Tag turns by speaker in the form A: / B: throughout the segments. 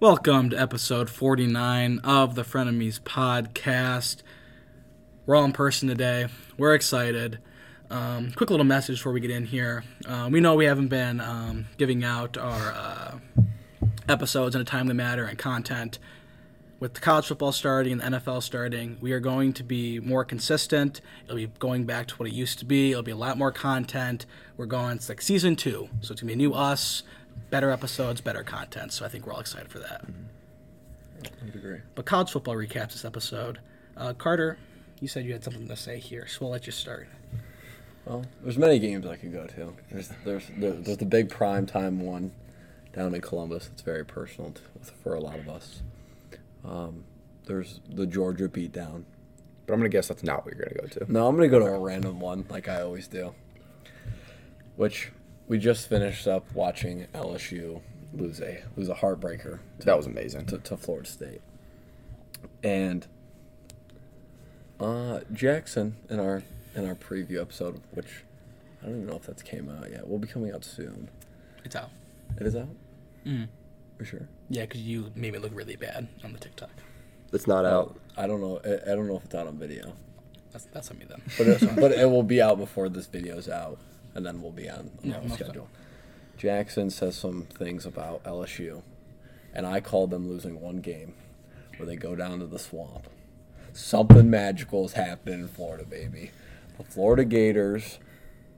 A: Welcome to episode 49 of the Frenemies podcast. We're all in person today. We're excited. Um, quick little message before we get in here. Uh, we know we haven't been um, giving out our uh, episodes in a timely manner and content. With the college football starting and the NFL starting, we are going to be more consistent. It'll be going back to what it used to be. It'll be a lot more content. We're going, it's like season two. So it's going to be a new us, better episodes, better content. So I think we're all excited for that.
B: I would agree.
A: But college football recaps this episode. Uh, Carter, you said you had something to say here, so we'll let you start.
B: Well, there's many games I could go to. There's there's there- there's the big prime time one down in Columbus. It's very personal t- for a lot of us. Um, there's the Georgia beatdown.
C: But I'm gonna guess that's not what you're gonna go to.
B: No, I'm gonna go to a random one like I always do. Which we just finished up watching LSU lose a lose a heartbreaker
C: That was amazing.
B: to, to Florida State. And uh, Jackson in our in our preview episode, which I don't even know if that's came out yet. We'll be coming out soon.
A: It's out.
B: It is out? For sure.
A: Yeah, because you made me look really bad on the TikTok.
C: It's not out.
B: I don't know. I, I don't know if it's out on video,
A: That's that's on me then.
B: but it, but it will be out before this video's out, and then we'll be on on
A: Yeah,
B: our
A: most
B: schedule. Jackson says some things about LSU, and I call them losing one game, where they go down to the swamp. Something magical is happening in Florida, baby. The Florida Gators,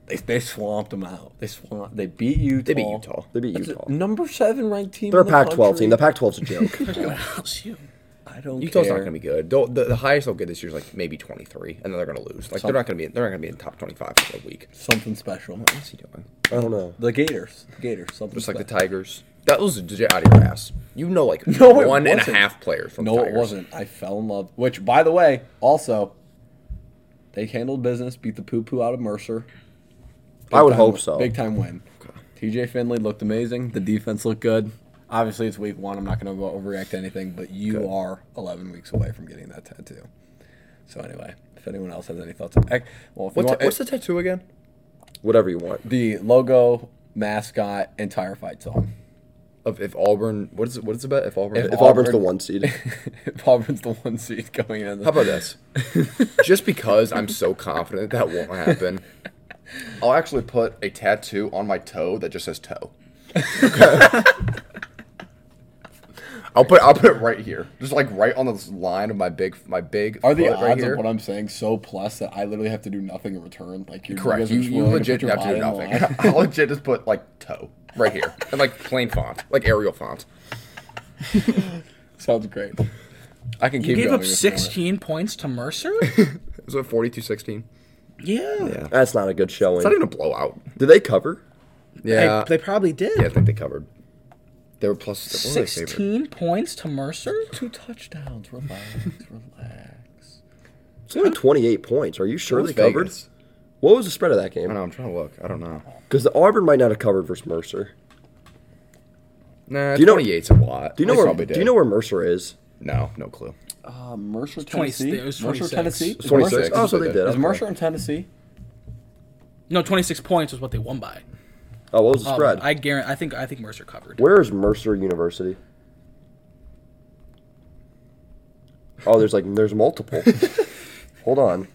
B: they, they swamped them out. They swamp. They beat Utah.
C: They beat Utah. They beat
B: That's a
C: Utah.
B: number seven ranked team.
C: They're a
B: in the
C: Pac-12 team. The
B: country.
C: Pac-12's a joke.
A: LSU.
B: I don't.
C: Utah's not
B: care.
C: gonna be good. They'll, the, the highest they'll get this year is like maybe 23, and then they're gonna lose. Like they're not gonna be. They're not gonna be in top 25 for a week.
B: something special.
C: What's he doing? I don't know.
B: The Gators. Gators. Something
C: Just like the
B: special.
C: Tigers. That was legit out of your ass. You know, like
B: No, it
C: one and a
B: wasn't.
C: half players from
B: No,
C: the Tigers.
B: it wasn't. I fell in love. Which, by the way, also, they handled business, beat the poo poo out of Mercer.
D: I would
B: time
D: hope
B: win-
D: so.
B: Big time win. TJ Finley looked amazing. The defense looked good. Obviously, it's week one. I'm not going to go overreact to anything, but you are 11 weeks away from getting that tattoo. So anyway, if anyone else has any thouts, on, ec- well, if you
C: What's,
B: want,
C: what's the tattoo again?
D: whatever you want.
B: the logo, mascot, entire fight song.
C: Of if Auburn, what is it? What is it about? If Auburn,
B: If
D: If Auburn's the
B: Auburn-
D: one seed,
B: if Auburn's the one seed going in.
C: How about this? Just because I'm so confident that won't happen, I'll actually put a tattoo on my toe that just says toe. I'll put I'll put it right here, just like right on the line of my big my big.
B: Are the
C: foot
B: odds
C: right
B: of
C: here.
B: what I'm saying so plus that I literally have to do nothing in return? Like you're
C: correct?
B: You, guys
C: You,
B: are just
C: you
B: willing
C: legit
B: put your
C: have to do
B: body on the line?
C: nothing. I'll legit just put like toe right here and like plain font, like Arial font.
B: Sounds great.
C: I can
A: You
C: keep
A: gave
C: going.
A: up
B: if you want.
A: 16 points to Mercer?
C: Is it 42-16?
A: yeah.
D: that's not a good showing.
C: It's not even a blowout.
D: Did they cover?
C: Yeah,
A: They, they probably did.
C: yeah, I think they covered. They were plus what were they favored?
A: 16 points to Mercer?
B: Two touchdowns. Relax. relax.
D: It's only 28 points. Are you sure
C: Las
D: they covered?
C: Vegas.
D: What was the spread of that
C: I
D: game?
C: know. I'm trying to look. I don't know.
D: Because the Auburn might not have covered versus Mercer.
C: Nah,
D: Do you know-
C: 28's a lot.
D: Do you know
C: They
D: where?
C: probably
D: Do
C: did.
D: you know where Mercer is?
C: No, no clue.
B: Uh, Mercer,
A: 20
B: Tennessee.
A: it was
B: Mercer,
A: 26.
B: Tennessee.
A: It's
B: Is
C: 26.
B: Mercer,
D: Oh, so they did.
B: is
D: okay.
B: Mercer in Tennessee?
A: No, 26 points was what they won by.
D: Oh, what was the
A: Um,
D: spread?
A: I guarantee. I think I think Mercer covered.
D: Where is Mercer University? Oh, there's like there's multiple. Hold on.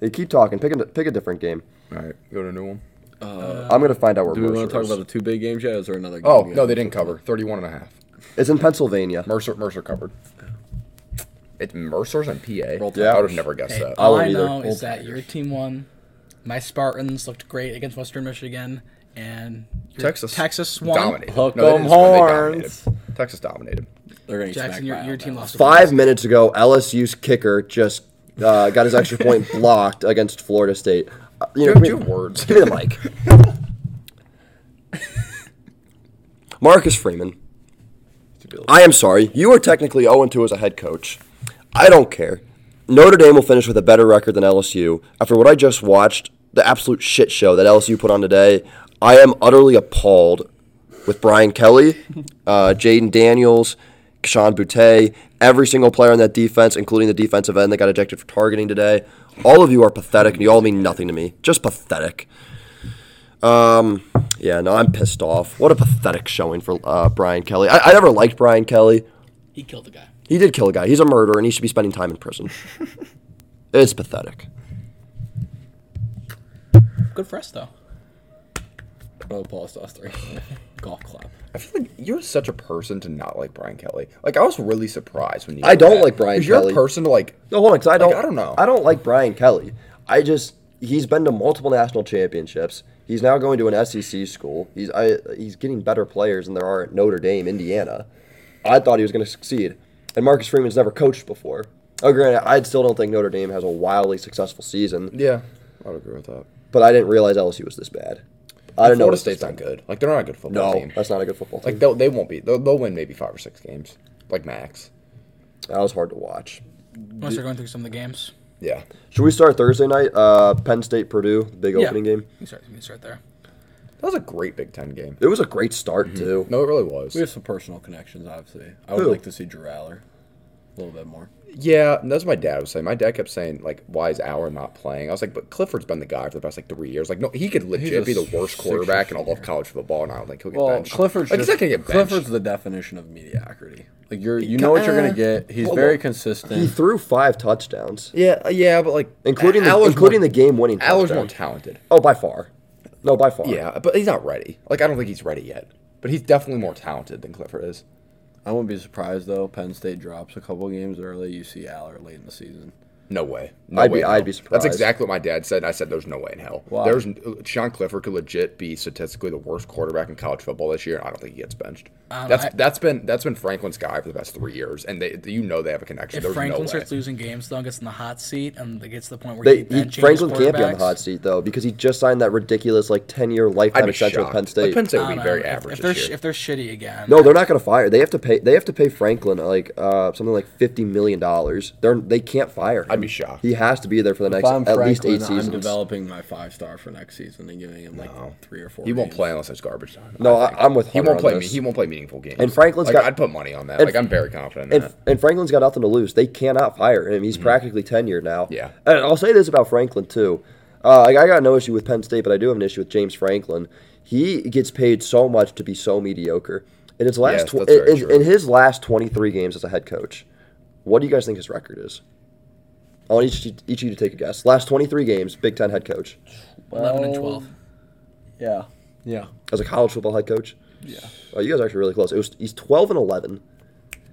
D: They keep talking. Pick a pick a different game.
C: All right, go to a new one. Uh,
D: I'm gonna find out where
B: Do we
D: Mercer
B: want to talk
D: is.
B: about the two big games yet? Is there another?
C: Oh no, they didn't cover. 31 and a half.
D: It's in Pennsylvania.
C: Mercer Mercer covered. It's Mercer's and PA.
B: Roll
C: I
B: Tigers.
C: would have never guessed that. Oh,
D: I
A: All
D: won't
A: I
D: either.
A: know is
B: Old
A: that your team won. My Spartans looked great against Western Michigan, and your
C: Texas
A: Texas won.
C: Dominated.
B: Hook
C: No, they
B: 'em
C: didn't just win, they
B: horns.
C: dominated. Texas dominated.
B: They're getting
A: Jackson,
B: smacked
A: your,
B: by
A: your team
B: Alabama.
A: lost. to
D: Five minutes ago, LSU's kicker just uh, got his extra point blocked against Florida State. Uh, you know,
C: Dude,
D: give me-
C: dude, words.
D: Give me the mic. Marcus Freeman. I am sorry. You are technically 0 2 as a head coach. I don't care. Notre Dame will finish with a better record than LSU. After what I just watched, the absolute shit show that LSU put on today, I am utterly appalled with Brian Kelly, uh, Jaden Daniels, Sean Boutte, every single player on that defense, including the defensive end that got ejected for targeting today. All of you are pathetic, and you all mean nothing to me. Just pathetic. Um, Yeah, no, I'm pissed off. What a pathetic showing for uh, Brian Kelly. I, I never liked Brian Kelly.
A: He killed the guy.
D: He did kill a guy. He's a murderer, and he should be spending time in prison. it's pathetic.
A: Good for us though.
B: No Paul Sauce three. Golf clap.
C: I feel like you're such a person to not like Brian Kelly. Like I was really surprised when you.
D: I
C: did
D: don't
C: that.
D: like Brian
C: 'Cause you're
D: Kelly.
C: a person to like.
D: No, hold on, 'cause I don't.
C: I don't know.
D: I don't like Brian Kelly. I just he's been to multiple national championships. He's now going to an SEC school. He's I, he's getting better players than there are at Notre Dame, Indiana. I thought he was going to succeed, and Marcus Freeman's never coached before. Oh, granted, I still don't think Notre Dame has a wildly successful season,
C: Yeah, I would agree with that.
D: but I didn't realize LSU was this bad. I didn't know
C: Florida
D: this
C: State's
D: was-
C: not good. Like they're not a good football
D: No,
C: team.
D: that's not a good football team.
C: Like they'll, they won't be. They'll, they'll win maybe five or six games. Like max.
D: that was hard to watch.
A: Unless they're going through some of the games.
C: Yeah.
D: Should we start Thursday night? Uh, Penn State Purdue, big opening
A: yeah.
D: game.
A: You start. You start there.
C: That was a great Big Ten game.
D: It was a great
C: Mm-hmm.
D: start too.
C: No, it really was.
B: We have some personal connections, obviously. I would
D: Who?
B: like to see Drew Aller a little bit more.
C: Yeah, and that's what my dad was saying. My dad kept saying like, "Why is Auer not playing?" I was like, "But Clifford's been the guy for the past like three years. Like, no, he could legit
B: He's a
C: be the worst
B: six-year
C: quarterback in all of
B: senior.
C: college football, and I don't think he'll get
B: Well,
C: benched.
B: Clifford's
C: like,
B: just,
C: he's not gonna get benched.
B: Clifford's the definition of mediocrity. Like you're, you know what you're gonna get. He's
C: Well,
B: very
C: well,
D: He
B: consistent.
D: threw five touchdowns,
C: yeah, uh, yeah, but like,
D: including the
C: Auer's
D: including
C: more,
D: the game winning
C: Auer's more
D: touchdown.
C: talented.
D: Oh, by far. No, by far.
C: Yeah, but he's not ready. Like, I don't think he's ready yet. But he's definitely more talented than Clifford is.
B: I wouldn't be surprised though. Penn State drops a couple games early. You see Aller late in the season.
C: No way. No
D: I'd be-
C: way in
D: I'd
C: hell.
D: be
C: That's
D: surprised.
C: exactly what my dad said. I said, "There's no way in hell."
B: Why?
C: There's Sean Clifford could legit be statistically the worst quarterback in college football this year. and I don't think he gets benched.
A: Um,
C: that's
A: I-
C: that's been that's been Franklin's guy for the past three years, and they you know they have a connection.
A: If
C: There's
A: Franklin
C: no way.
A: starts losing games, though, and gets in the hot seat, and it gets to the point where he,
D: They, he,
A: benches
D: Franklin can't be on the
A: quarterbacks,
D: hot seat though because he just signed that ridiculous like ten year
C: I'd
D: lifetime
C: be
D: extension
C: shocked.
D: with Penn State.
C: Like, Penn State
A: I
C: would
A: don't
C: be
A: know.
C: very
A: If-
C: average
A: If they're
C: this
A: sh-
C: year.
A: if they're shitty again,
D: no, they're not going to fire. They have to pay. They have to pay Franklin like uh, something like fifty million dollars. They're they can't fire him.
C: I'd be shocked.
D: He has to be there for the
B: If
D: next
B: I'm
D: at least
B: Franklin,
D: eight seasons.
B: I'm developing my five star for next season and giving him like
C: No.
B: three or four.
C: He won't
B: games.
C: play unless it's garbage time.
D: No,
C: I think.
D: I- I'm with
C: He
D: Hunter
C: won't
D: on
C: play. me-
D: this.
C: He won't play meaningful games.
D: And Franklin's
C: like,
D: got-
C: I'd put money on that.
D: and-
C: like I'm very confident in
D: And,
C: that.
D: and Franklin's got nothing to lose. They cannot fire him. He's practically tenured now.
C: Mm-hmm. Yeah.
D: And I'll say this about Franklin too. Uh, like, I got no issue with Penn State, but I do have an issue with James Franklin. He gets paid so much to be so mediocre. In his last
C: Yes,
D: tw-
C: that's very
D: in- in,
C: true.
D: in his last twenty three games as a head coach, what do you guys think his record is? I want each, each of you to take a guess. Last twenty three games, Big Ten head coach
A: eleven and twelve.
B: Yeah, yeah.
D: as a college football head coach. Yeah. Oh, you guys are actually really close. It was he's twelve and eleven.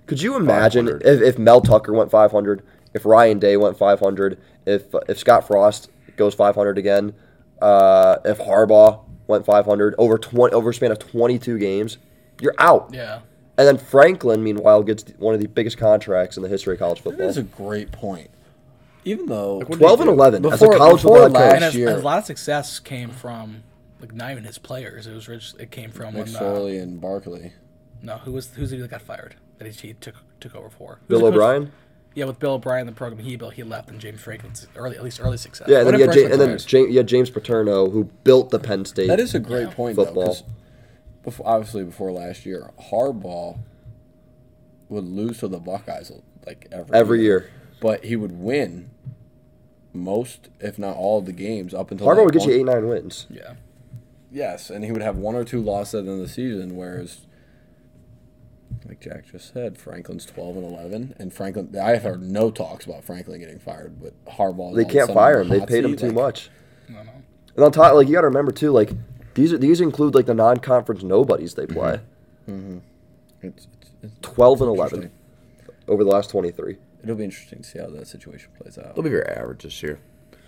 D: Could you imagine
C: 500.
D: if, if Mel Tucker went five hundred, if Ryan Day went five hundred, if if Scott Frost goes five hundred again, uh, if Harbaugh went five hundred over twenty over a span of twenty two games, you're out.
A: Yeah.
D: And then Franklin, meanwhile, gets one of the biggest contracts in the history of college football.
B: That's a great point. Even though
C: what do you
D: 12 and 11 as a
B: Before-
D: college
B: before
D: football head
A: And
D: coach.
B: last-
A: his,
B: year-
A: his lot of success came from like not even his players. It was rich. It came from when the,
B: McSorley and Barkley.
A: no who was who's the dude that got fired that he, he took took over for Who's
D: Bill
A: the coach-
D: O'Brien?
A: Yeah, with Bill O'Brien, the program he built, he left, and James Franklin's early at least early success.
D: Yeah, and then,
B: What
D: you
B: if
D: had, Ja-
B: Franklin
D: and then
B: retires?
D: Ja- you had James Paterno, who built the Penn State.
B: That is a great point,
D: Football.
B: though. 'cause Before, obviously, before last year, Harbaugh would lose to the Buckeyes like every
D: every year.
B: but he would win most, if not all, of the games up until
D: Harbaugh
B: that
D: would get you
B: one-
D: eight nine wins.
A: yeah.
B: Yes, and he would have one or two losses at the end of the season, whereas, like Jack just said, Franklin's twelve and eleven, and Franklin. I have heard no talks about Franklin getting fired, but Harbaugh.
D: They can't fire him. They paid him too much.
A: No, no.
D: And on top, like you got to remember too, like these are, these include like the non-conference nobodies
C: Mm-hmm.
D: they play.
B: It's, it's, it's,
D: Twelve and eleven over the last twenty-three.
B: it'll be interesting to see how that situation plays out.
C: They'll be very average this year.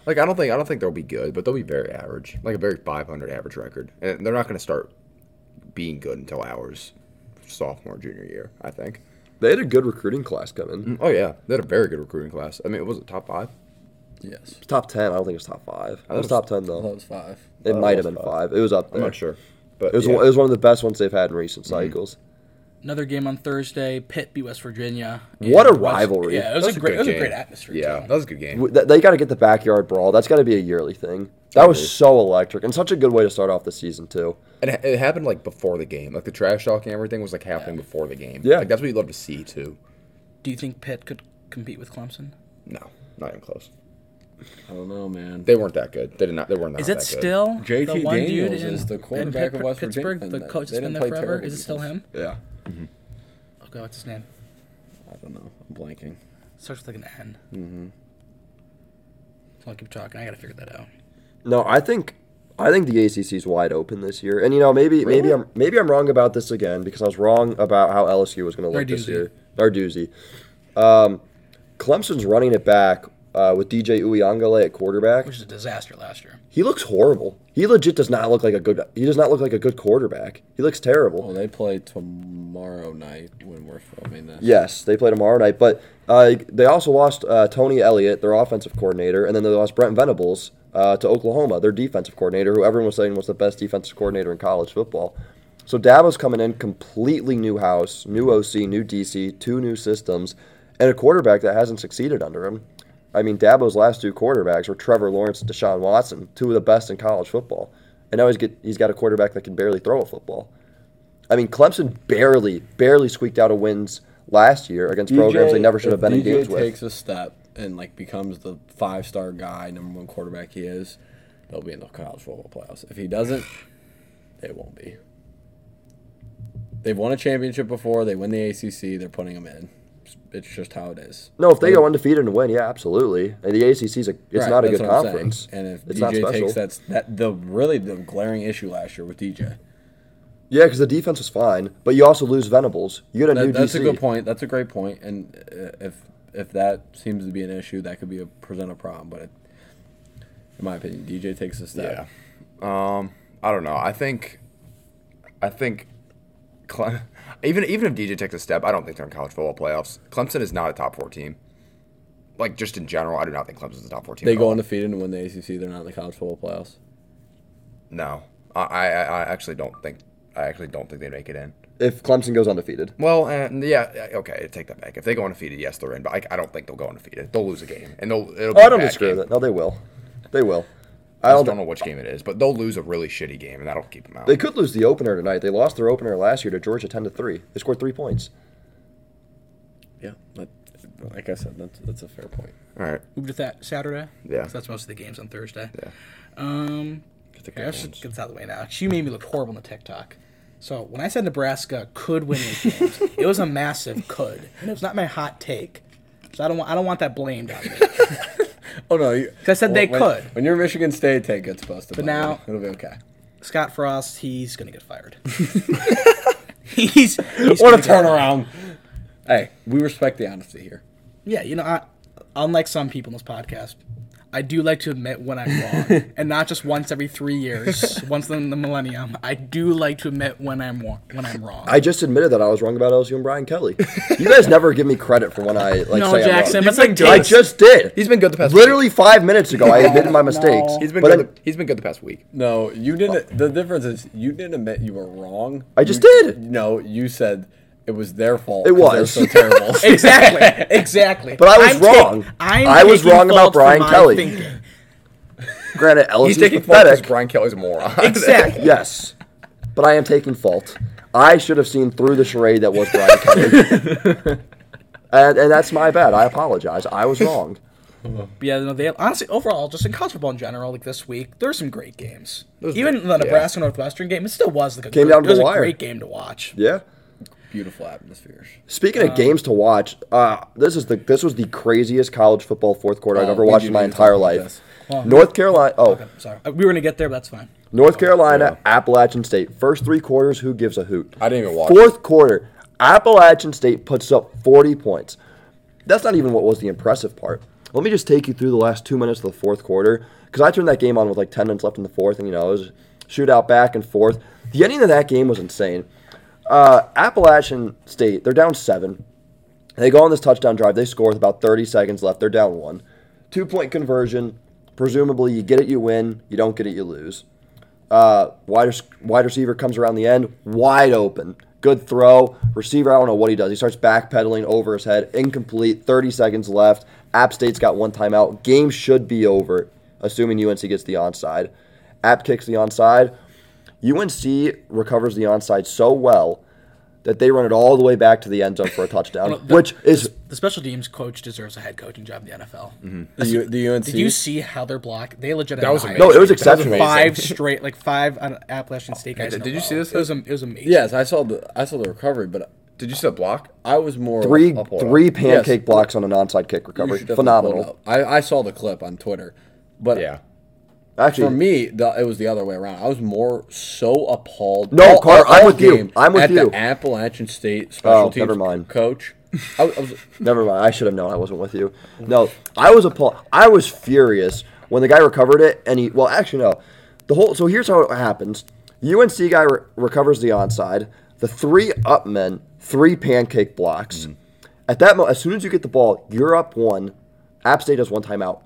C: Like I don't think I don't think they'll be good, but they'll be very average. Like a very 500 average record, and they're not going to start being good until ours sophomore junior year. I think.
D: They had a good recruiting class come in.
C: Oh yeah, they had a very good recruiting class. I mean, it was it top five?
B: Yes,
D: Top ten. I don't think it was top five. It
C: thought
D: was
C: it was-
D: top ten
B: well, that
D: though.
B: was five.
D: It
C: thought it
D: might have
C: was
D: been
C: five.
D: five. It was up
C: I'm
D: there.
C: not sure, but
D: It was
C: yeah. Mm-hmm.
D: one- it was one of the best ones they've had in recent cycles.
A: Another game on Thursday. Pitt beat West Virginia.
D: What a
A: And West-
D: rivalry.
A: Yeah, it was
C: That
A: a great. It
C: good
A: was a
C: game.
A: great atmosphere.
C: Yeah,
A: too.
C: that was a good game.
D: W- th- They got to get the backyard brawl. That's got to be a yearly thing. That was so electric and such a good way to start off the season too.
C: And it it happened like before the game. Like the trash talk and everything was like happening before the game.
D: Yeah.
C: like, that's what you love to see too.
A: Do you think Pitt could compete with Clemson?
C: No, not even close.
B: I don't know, man.
C: They weren't that good. They did not. They were not.
A: Is
C: that
A: it
C: good.
A: still
B: JT
A: the one dude
B: Daniels
A: in,
B: is the
A: in
B: quarterback of West
A: Pittsburgh,
B: Virginia.
A: the coach
B: They
A: that's been
B: didn't
A: there
B: play
A: forever?
B: terrible
A: Is it still him?
B: defense. Yeah.
A: Okay, what's his name?
B: I don't know. I'm blanking.
A: Starts with like an N. Mm-hmm. So I'll keep talking. I gotta figure that out.
D: No, I think I think the ACC is wide open this year, and you know maybe maybe I'm maybe I'm wrong about this again because I was wrong about how LSU was going to look this
A: Narduzzi.
D: year. Narduzzi. Um, Clemson's running it back uh, with DJ Uyangale at quarterback.
A: Which is a disaster last year.
D: He looks horrible. He legit does not look like a good. He does not look like a good quarterback. He looks terrible.
B: Well, they play tomorrow night when we're filming this.
D: Yes, they play tomorrow night, but uh, they also lost uh, Tony Elliott, their offensive coordinator, and then they lost Brent Venables uh, to Oklahoma, their defensive coordinator, who everyone was saying was the best defensive coordinator in college football. So Dabo's coming in completely new house, new OC, new DC, two new systems, and a quarterback that hasn't succeeded under him. I mean, Dabo's last two quarterbacks were Trevor Lawrence and Deshaun Watson, two of the best in college football, and now he's get he's got a quarterback that can barely throw a football. I mean, Clemson barely, barely squeaked out a wins last year against programs they never should have been in games
B: DJ
D: with.
B: takes a step and like becomes the five-star guy, number one quarterback he is. They'll be in the college football playoffs. If he doesn't, they won't be. They've won a championship before. They win the ACC. They're putting them in. It's just how it is.
D: No, if they go undefeated and win, yeah, absolutely. And the ACC's a, it's
B: Right,
D: not a
B: that's
D: good
B: what I'm saying.
D: conference.
B: And if
D: it's not
B: DJ takes
D: special.
B: that, that the really the glaring issue last year with DJ.
D: yeah, because the defense was fine, but you also lose Venables. You get a new
B: That, that's
D: DC.
B: a good point. That's a great point. And uh, if if that seems to be an issue, that could be a present a problem. But it, in my opinion, DJ takes a
C: Yeah.
B: step.
C: Um, I don't know. I think, I think, Cle- even even if DJ takes a step, I don't think they're in college football playoffs. Clemson is not a top four team. Like just in general, I do not think Clemson's a top four team.
B: They
C: at
B: go
C: all.
B: undefeated and win the ACC. They're not in the college football playoffs.
C: No, I, I I actually don't think I actually don't think they make it in.
D: If Clemson goes undefeated,
C: Well, uh, yeah, uh, okay, take that back. If they go undefeated, yes, they're in. But I, I don't think they'll go undefeated. They'll lose a game, and they'll. It'll be
D: oh,
C: a
D: I don't
C: bad
D: disagree
C: game.
D: with that. No, they will. They will.
C: I
D: I
C: just
D: don't.
C: don't know which game it is, but they'll lose a really shitty game, and that'll keep them out.
D: They could lose the opener tonight. They lost their opener last year to Georgia, ten to three. They scored three points.
B: Yeah, that, like I said, that's that's a fair point.
C: All right.
A: Moved to that Saturday.
C: Yeah.
A: 'Cause that's most of the games on Thursday. Yeah. Um,
B: Get the
A: okay,
B: good
A: let's just
B: ones.
A: get this out of the way now. She made me look horrible on the TikTok. So when I said Nebraska could win these games, it was a massive could, and it was not my hot take. So I don't want I don't want that blamed on me.
B: Oh no, you,
A: 'Cause I said
B: when-
A: they
B: when-
A: could.
B: When you're Michigan State, take gets busted. But
A: now-
B: it'll be okay.
A: Scott Frost, he's gonna get fired. he's, he's
B: What a
A: gonna get-
B: turnaround! Hey, we respect the honesty here.
A: Yeah, you know, I, unlike some people in this podcast, I do like to admit when I'm wrong, and not just once every three years, once in the millennium. I do like to admit when I'm wrong. When I'm wrong.
D: I just admitted that I was wrong about LSU and Brian Kelly. you guys never give me credit for when I like
A: no,
D: say
A: Jackson,
D: I'm
A: but
D: wrong.
A: it's like
D: I
A: takes.
D: just did.
C: He's been good the past
D: Literally five minutes ago, I admitted my mistakes.
A: No.
C: He's been
D: but
C: good.
D: I-
C: the, he's been good the past week.
B: No, you didn't. The difference is you didn't admit you were wrong.
D: I just
B: You-
D: did.
B: No, you said it was their fault.
D: It
B: 'cause they're
D: was.
B: so terrible.
A: exactly, exactly.
D: But I was
A: I'm ta-
D: wrong.
A: I'm
D: I was
A: taking
D: wrong about
A: fault for
D: Brian
A: my
D: Kelly.
A: thinking.
D: granted, LSU's
C: He's taking fault because
D: pathetic.
C: Brian Kelly's a moron.
A: Exactly.
D: yes, but I am taking fault. I should have seen through the charade that was Brian Kelly, and, and that's my bad. I apologize. I was wrong.
A: Yeah, no, they honestly overall just in college football in general, like this week, there's some great games.
C: Those-
A: Even the
C: yeah.
A: Nebraska Northwestern game, it still was like a,
D: Came
A: good-
D: down to
A: it was
D: the
A: a
D: wire.
A: great game to watch.
D: Yeah.
B: Beautiful atmospheres.
D: Speaking of games to watch, uh, this is the this was the craziest college football fourth quarter I've
B: Oh,
D: ever
B: we
D: watched
B: do
D: in my
B: need to
D: entire
B: talk about
D: life.
B: this.
D: North Carolina. Oh,
A: Sorry, Uh, we were gonna get there, but that's fine.
B: Oh,
D: North Carolina, Appalachian State. First three quarters, who gives a hoot?
B: I didn't even watch
D: Fourth quarter, Appalachian State puts up 40 points. That's not even what was the impressive part. Let me just take you through the last two minutes of the fourth quarter because I turned that game on with like 10 minutes left in the fourth, and you know, it was shootout back and forth. The ending of that game was insane. Uh, Appalachian State, they're down seven. They go on this touchdown drive. They score with about 30 seconds left. They're down one. Two point conversion. Presumably, you get it, you win. You don't get it, you lose. Uh, wide, rec- wide receiver comes around the end, wide open. Good throw. Receiver, I don't know what he does. He starts backpedaling over his head. Incomplete. 30 seconds left. App State's got one timeout. Game should be over, assuming UNC gets the onside. App kicks the onside. UNC recovers the onside so well that they run it all the way back to the end zone for a touchdown,
A: the-
D: which is
A: The special teams coach deserves a head coaching job in the NFL.
B: The, U- the UNC.
A: Did you see how their block? They legit
C: That was
A: had
D: no, it Mm-hmm. was
C: That was
D: exceptional.
C: amazing.
A: five straight, like five on Appalachian State guys. in a
C: did you
A: row.
C: see this?
A: It was, am- it was amazing.
B: yes, I saw the I saw the recovery, but
C: Did you see the block?
B: I was more
D: Three
B: I'll pull it
D: three
B: up.
D: pancake
B: Yes,
D: blocks on an onside kick
B: you
D: recovery,
B: should definitely
D: phenomenal.
B: pull it up. I, I saw the clip on Twitter, but
C: Yeah.
D: Actually,
B: For me, the, it was the other way around. I was more so appalled.
D: No, Carter, I'm with you.
B: game
D: I'm with
B: at
D: you.
B: the Appalachian State special
D: Oh,
B: teams
D: never mind.
B: coach. I, was- I was,
D: Never mind. I should have known I wasn't with you. No, I was appalled. I was furious when the guy recovered it, and he. Well, actually, no. The whole. So here's how it happens. UNC guy re- recovers the onside. The three up men, three pancake blocks. At that moment, as soon as you get the ball, you're up one. App State does one timeout.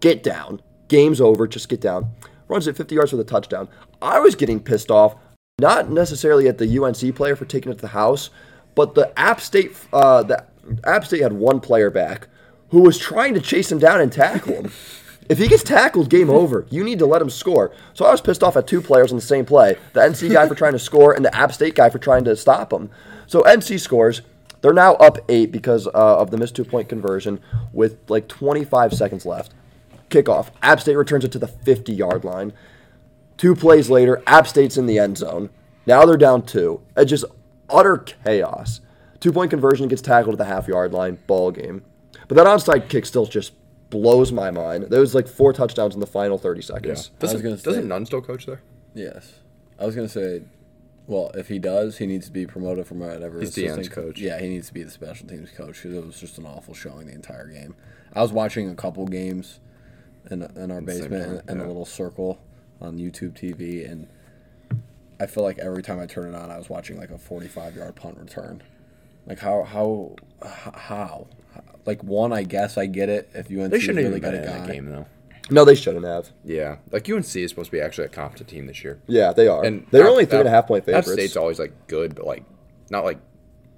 D: Get down. Game's over. Just get down. Runs it 50 yards for the touchdown. I was getting pissed off, not necessarily at the UNC player for taking it to the house, but the App State. Uh, the App State had one player back who was trying to chase him down and tackle him. If he gets tackled, game over. You need to let him score. So I was pissed off at two players on the same play the NC guy for trying to score and the App State guy for trying to stop him. So NC scores. They're now up eight because uh, of the missed two point conversion with like 25 seconds left. Kickoff. App State returns it to the 50 yard line. Two plays later, App State's in the end zone. Now they're down two. It's just utter chaos. Two point conversion gets tackled at the half yard line, ball game. But that onside kick still just blows my mind. There was like four touchdowns in the final 30 seconds.
B: I was
C: Doesn't,
B: gonna say-
C: doesn't Nunn still coach there?
B: yes, I was gonna say. Well, if he does, he needs to be promoted from whatever
C: He's
B: assistant
C: Deion's coach.
B: Yeah, he needs to be the special teams coach. 'cause It was just an awful showing the entire game. I was watching a couple games in in our basement
C: room,
B: in, in a
C: yeah.
B: little circle on YouTube TV, and I feel like every time I turn it on, I was watching like a forty-five yard punt return. Like how how h- how like one, I guess I get it. If you
C: They shouldn't
B: really
C: have
B: got
C: even
B: a
C: been in that
B: guy.
C: game though.
D: No, they shouldn't have.
C: Yeah, like UNC is supposed to be actually a competent team this year.
D: Yeah, they are.
C: And
D: they were
C: App-
D: only three and a half point
C: App- App
D: favorites.
C: State's always like good, but like not like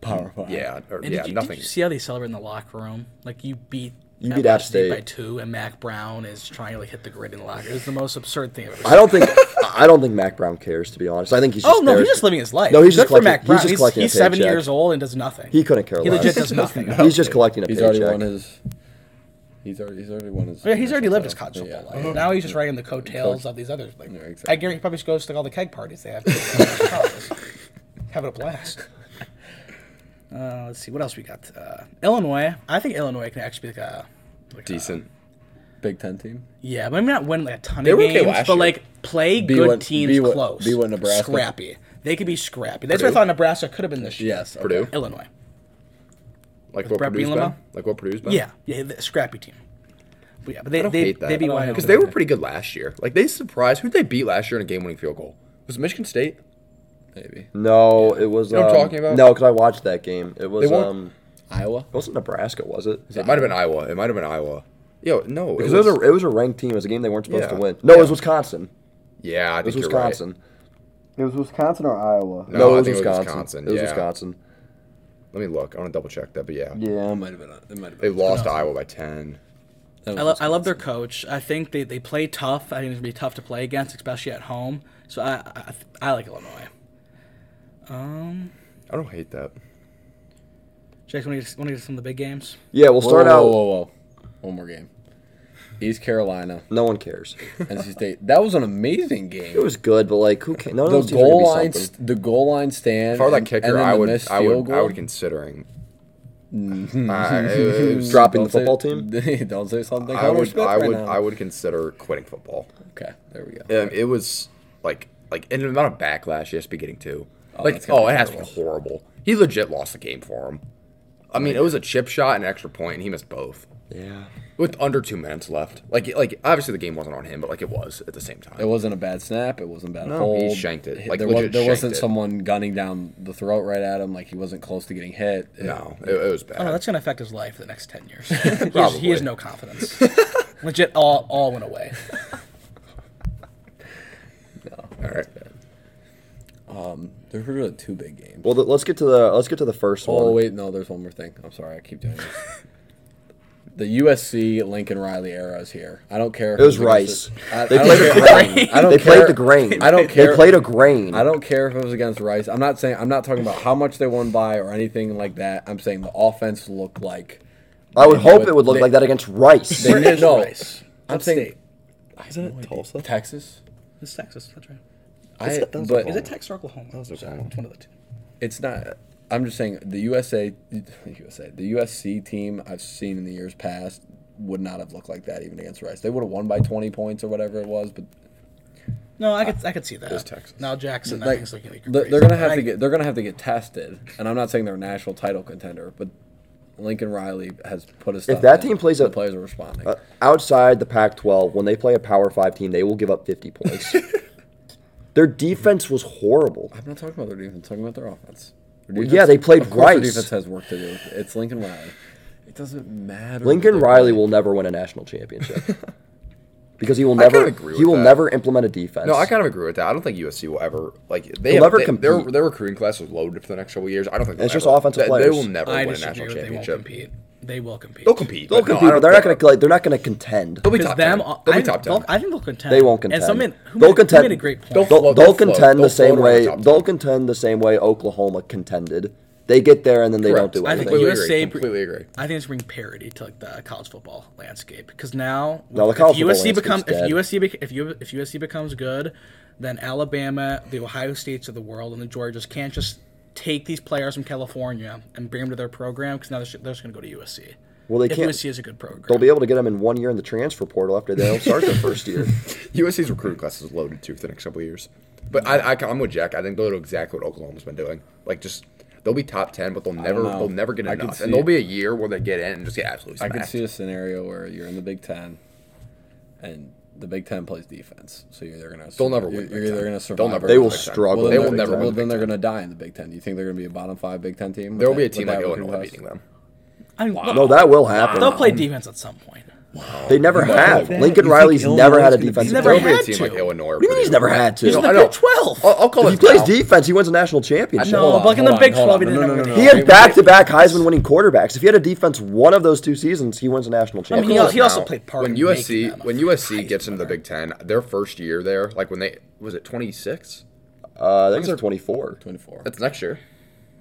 B: Power five.
C: yeah, or,
A: And
C: yeah,
A: did, you,
C: nothing.
A: did you see how they celebrate in the locker room? Like you beat
D: You beat App State.
A: by two, and Mac Brown is trying to like hit the grid in the locker. It was the most absurd thing I've ever seen.
D: I don't think I don't think Mac Brown cares to be honest. I think he's just
A: Oh no,
D: there-
A: he's just living his life.
D: No, he's just
A: Good for
D: collecting-
A: Mac
D: he's
A: Brown.
D: just
A: He's,
D: collecting a
A: he's seventy
D: paycheck.
A: years old and does nothing.
D: He couldn't care
A: He
D: less.
A: legit does nothing.
D: He's just collecting a
B: He's
D: paycheck.
B: already won his. He's already he's already won his.
A: Yeah, he's already lived his college
B: coach.
A: football life. Now he's just riding the coattails of these others. Like, I guarantee he probably just goes to all the keg parties they have. Having a blast. Uh, let's see what else we got. Uh, Illinois. I think Illinois can actually be like a
C: Decent.
A: uh,
B: Big Ten team.
A: yeah, but maybe not win like a ton
C: They
A: of
C: were okay
A: games,
C: last
A: but
C: year.
A: like play
B: Be
A: good
B: what-
A: teams
B: be what-
A: close.
B: be what Nebraska-
A: Scrappy. They could be scrappy. That's what I thought Nebraska could have been this year.
B: Yes,
C: Purdue? okay.
A: Illinois.
C: Like what
A: Brett
C: Purdue's
A: Bielema?
C: been. Like what Purdue's been.
A: Yeah, yeah, the scrappy team. But yeah, but they
C: I don't
A: they
C: hate that.
A: they beat Wyoming.
C: because they were pretty good last year. Like they surprised. Who they beat last year in a game-winning field goal? Was it Michigan State?
B: Maybe
D: No, it was.
C: know what I'm
D: um,
C: talking about?
D: No, because I watched that game. It was.
C: They won-
D: Um,
B: Iowa.
D: it wasn't Nebraska, was it?
C: It might have been Iowa. It might have been Iowa. Yo, no, it
D: Because it was, a it was a ranked team. It was a game they weren't supposed to
C: Yeah.
D: win. No, it was Wisconsin.
C: yeah. I
D: It was
C: think you're right.
D: Wisconsin. It was Wisconsin or Iowa. No,
C: No, I
D: it, was
C: think it was
D: Wisconsin.
C: Wisconsin,
D: It was
C: yeah.
D: Wisconsin.
C: Let me look. I want to double check that, but yeah,
D: Yeah.
B: It might have been. It might have
C: they
B: been.
C: lost to Iowa by ten.
B: That
A: I,
B: was
A: lo- I love their coach. I think they, they play tough. I think it's gonna be tough to play against, especially at home. So I I, I like Illinois. Um,
C: I don't hate that.
A: Jake, want to want to get some of the big games?
D: Yeah, we'll
B: Whoa,
D: start
B: whoa,
D: out.
B: Whoa, whoa, whoa! One more game. East Carolina,
D: No one cares.
B: NC State. That was an amazing
D: It
B: game.
D: was good, but like, who cares? No,
B: The
D: no,
B: goal line,
D: line.
B: st- the goal line stand.
C: If I were that
B: and-
C: kicker,
B: and then
C: I
B: the
C: would,
B: missed
C: I would,
B: field
C: I would
B: goal. Mm-hmm.
C: considering. I, it was-
D: Dropping
B: Don't
D: the football
B: say- Don't say something.
C: I would,
B: respect
C: I
B: right
C: would,
B: now.
C: I would consider quitting football.
B: Okay, there we go.
C: Um, it was like, like in the amount of backlash he has to be getting too.
B: that's
C: like,
B: gotta
C: oh,
B: be
C: it has to be horrible. He legit lost the game for him. I mean, it was a chip shot and an extra point, and he missed both
D: Yeah.
C: with under two minutes left. Like, like obviously the game wasn't on him, but like it was at the same time.
B: It wasn't a bad snap. It wasn't a bad
C: No,
B: hold.
C: he shanked it. Like,
B: there,
C: legit
B: there
C: shanked
B: wasn't
C: it.
B: someone gunning down the throat right at him. Like he wasn't close to getting hit. It-
C: no, it, it was bad.
A: Oh, no, that's gonna affect his life for the next ten years. He has- he, has,
C: Probably.
A: no confidence. Legit, all all went away.
C: All right.
B: There were really two big games.
D: Well, th- let's get to the let's get to the first one.
B: Oh wait, no. There's one more thing. I'm sorry. I keep doing this. The USC Lincoln Riley era is here. I don't care.
D: It was
B: who loses
D: rice.
B: I- I
D: They
B: don't
D: played
B: care-
D: a grain.
B: I don't
D: They
B: care-
D: played the grain.
B: I don't care.
D: They played a grain.
B: I don't care if it was against Rice. I'm not saying I'm not talking about how much they won by or anything like that. I'm saying the offense looked like
D: I would
B: they
D: hope
B: would-
D: it would look
B: they-
D: like that against Rice.
B: they
A: Where
B: didn't
A: is
B: know.
A: Rice?
B: I'm
A: What
B: saying
A: state?
E: Isn't it Tulsa?
B: Texas.
A: It's Texas. That's right.
B: I,
E: that- that was
B: but
A: Is it
E: Oklahoma.
A: Texas or Oklahoma?
E: was
A: Sorry,
E: Oklahoma.
A: it's one of the two.
B: it's not. I'm just saying the USA, USA, the USC team I've seen in the years past would not have looked like that even against Rice. They would have won by 20 points or whatever it was, but
A: No, I could I could see that.
C: is Texas.
A: Now Jackson, I
B: like,
A: think is looking like you're
B: they're,
A: crazy,
B: they're gonna
A: but
B: have
A: I-
B: to get they're gonna have to get tested. And I'm not saying they're a national title contender, but Lincoln Riley has put us.
D: If that team plays
B: the
D: a-
B: players are responding.
D: Uh, outside the Pac-12, when they play a Power Five team, they will give up 50 points. Their defense was horrible.
B: I'm not talking about their defense. I'm talking about their offense. Their
D: Well, yeah, they played
B: of course Their
D: Rice.
B: defense has work to do. It's Lincoln Riley. It doesn't matter.
D: Lincoln
B: what they
D: Riley
B: play.
D: will never win a national championship because he will
C: I
D: never
C: kinda agree
D: he
C: with
D: will
C: that.
D: never implement a defense.
C: No, I kind of agree with that. I don't think USC will ever like they have,
D: They'll never
C: they, their,
D: compete.
C: their recruiting class is loaded for the next couple of years. I don't think
D: It's
C: they'll
D: just
C: ever-
D: offensive
C: they, They
D: players.
C: will never
A: I
C: win a
A: disagree
C: national
A: with they won't
C: championship.
A: compete. They will compete.
C: They'll compete.
D: they'll
C: Like, no, I
D: compete,
C: don't
D: but they're not
C: think-
D: going to like, they're not going to contend.
C: They'll be
A: Because
C: top
A: them,
C: ten.
A: all-
C: They'll
A: I,
C: be top ten.
A: they'll- I think they'll contend.
D: They won't contend.
A: And someone who
D: they'll
A: made,
D: contend.
A: Who made a great point.
D: They'll,
C: They'll float-
D: they'll
C: they'll float.
D: contend the
C: They'll
D: same
C: float around
D: way.
C: the top
D: They'll
C: ten.
D: contend the same way Oklahoma contended. They get there and then they
C: Correct.
D: don't do
C: I
A: I think
D: anything.
C: Completely agree,
A: USA br-
C: completely agree.
A: I think it's bringing parity to like the college football landscape because now
D: No, the
A: if
D: college football
A: USC becomes
D: landscape's dead.
A: if USC bec- if U, if USC becomes good, then Alabama, the Ohio States of the world, and the Georgias can't just take these players from California and bring them to their program because now they're, sh- they're just going to go to USC.
D: Well, they
A: if
D: can't-
A: USC is a good program.
D: They'll be able to get them in one year in the transfer portal after they don't start their first year.
C: USC's recruiting class is loaded too for the next couple of years. But I, I, I'm with Jack. I think they'll do exactly what Oklahoma's been doing. Like just they'll be top ten, but they'll never
B: know.
C: they'll never get
B: I could
C: enough.
B: see
C: And there'll
B: it.
C: be a year where they get in and just get absolutely
B: I
C: smacked.
B: could see a scenario where you're in the Big Ten, and the Big Ten plays defense. So you're either gonna
C: They'll never
B: you're,
C: win.
B: You're
C: Big
B: either
C: Ten.
B: gonna survive.
C: They'll never
D: They
C: win
D: will
C: Big Ten.
D: struggle
B: Well,
D: in
B: they
D: the
B: will
D: Big
B: never.
D: Ten.
B: Well, then they're gonna die in the Big Ten. Do you think they're gonna be a bottom five Big Ten team? with
C: There will
B: that-
C: be a
B: with
C: team
B: that
C: like
B: recruiting
C: Illinois
B: class?
C: beating them.
A: I mean, look,
D: No, that Um, will happen.
A: they'll play defense at some point.
D: They never have.
E: that.
D: Lincoln
E: You think
D: Riley's
E: Illinois
D: never
E: is
D: had a
E: gonna be-
D: defensive.
A: He's never
D: end.
C: There'll be a
A: had
C: team
A: to.
C: like Illinois. Or
D: What do you mean he's
C: Purdue.
D: never had to?
A: He's in the
C: I
A: Big
C: know.
A: Twelve.
C: I'll, I'll call
D: If
C: it.
D: he plays
C: now.
D: defense, he wins a national championship.
A: No,
B: Hold on,
A: like in the
B: hold on,
A: Big
B: hold
A: 12,
B: on.
A: he didn't
B: No,
A: have
B: no, no,
A: a
B: no,
A: good
B: no.
D: He had back-to-back Heisman-winning quarterbacks. If he had a defense one of those two seasons, he wins a national
A: mean,
D: championship.
A: he also- he also
C: Now,
A: played part
C: when
A: in making
C: USC
A: them a
C: when USC gets into the Big Ten. Their first year there, like when they was it 26?
D: uh, I think it's 24
B: Twenty-four.
C: That's next year.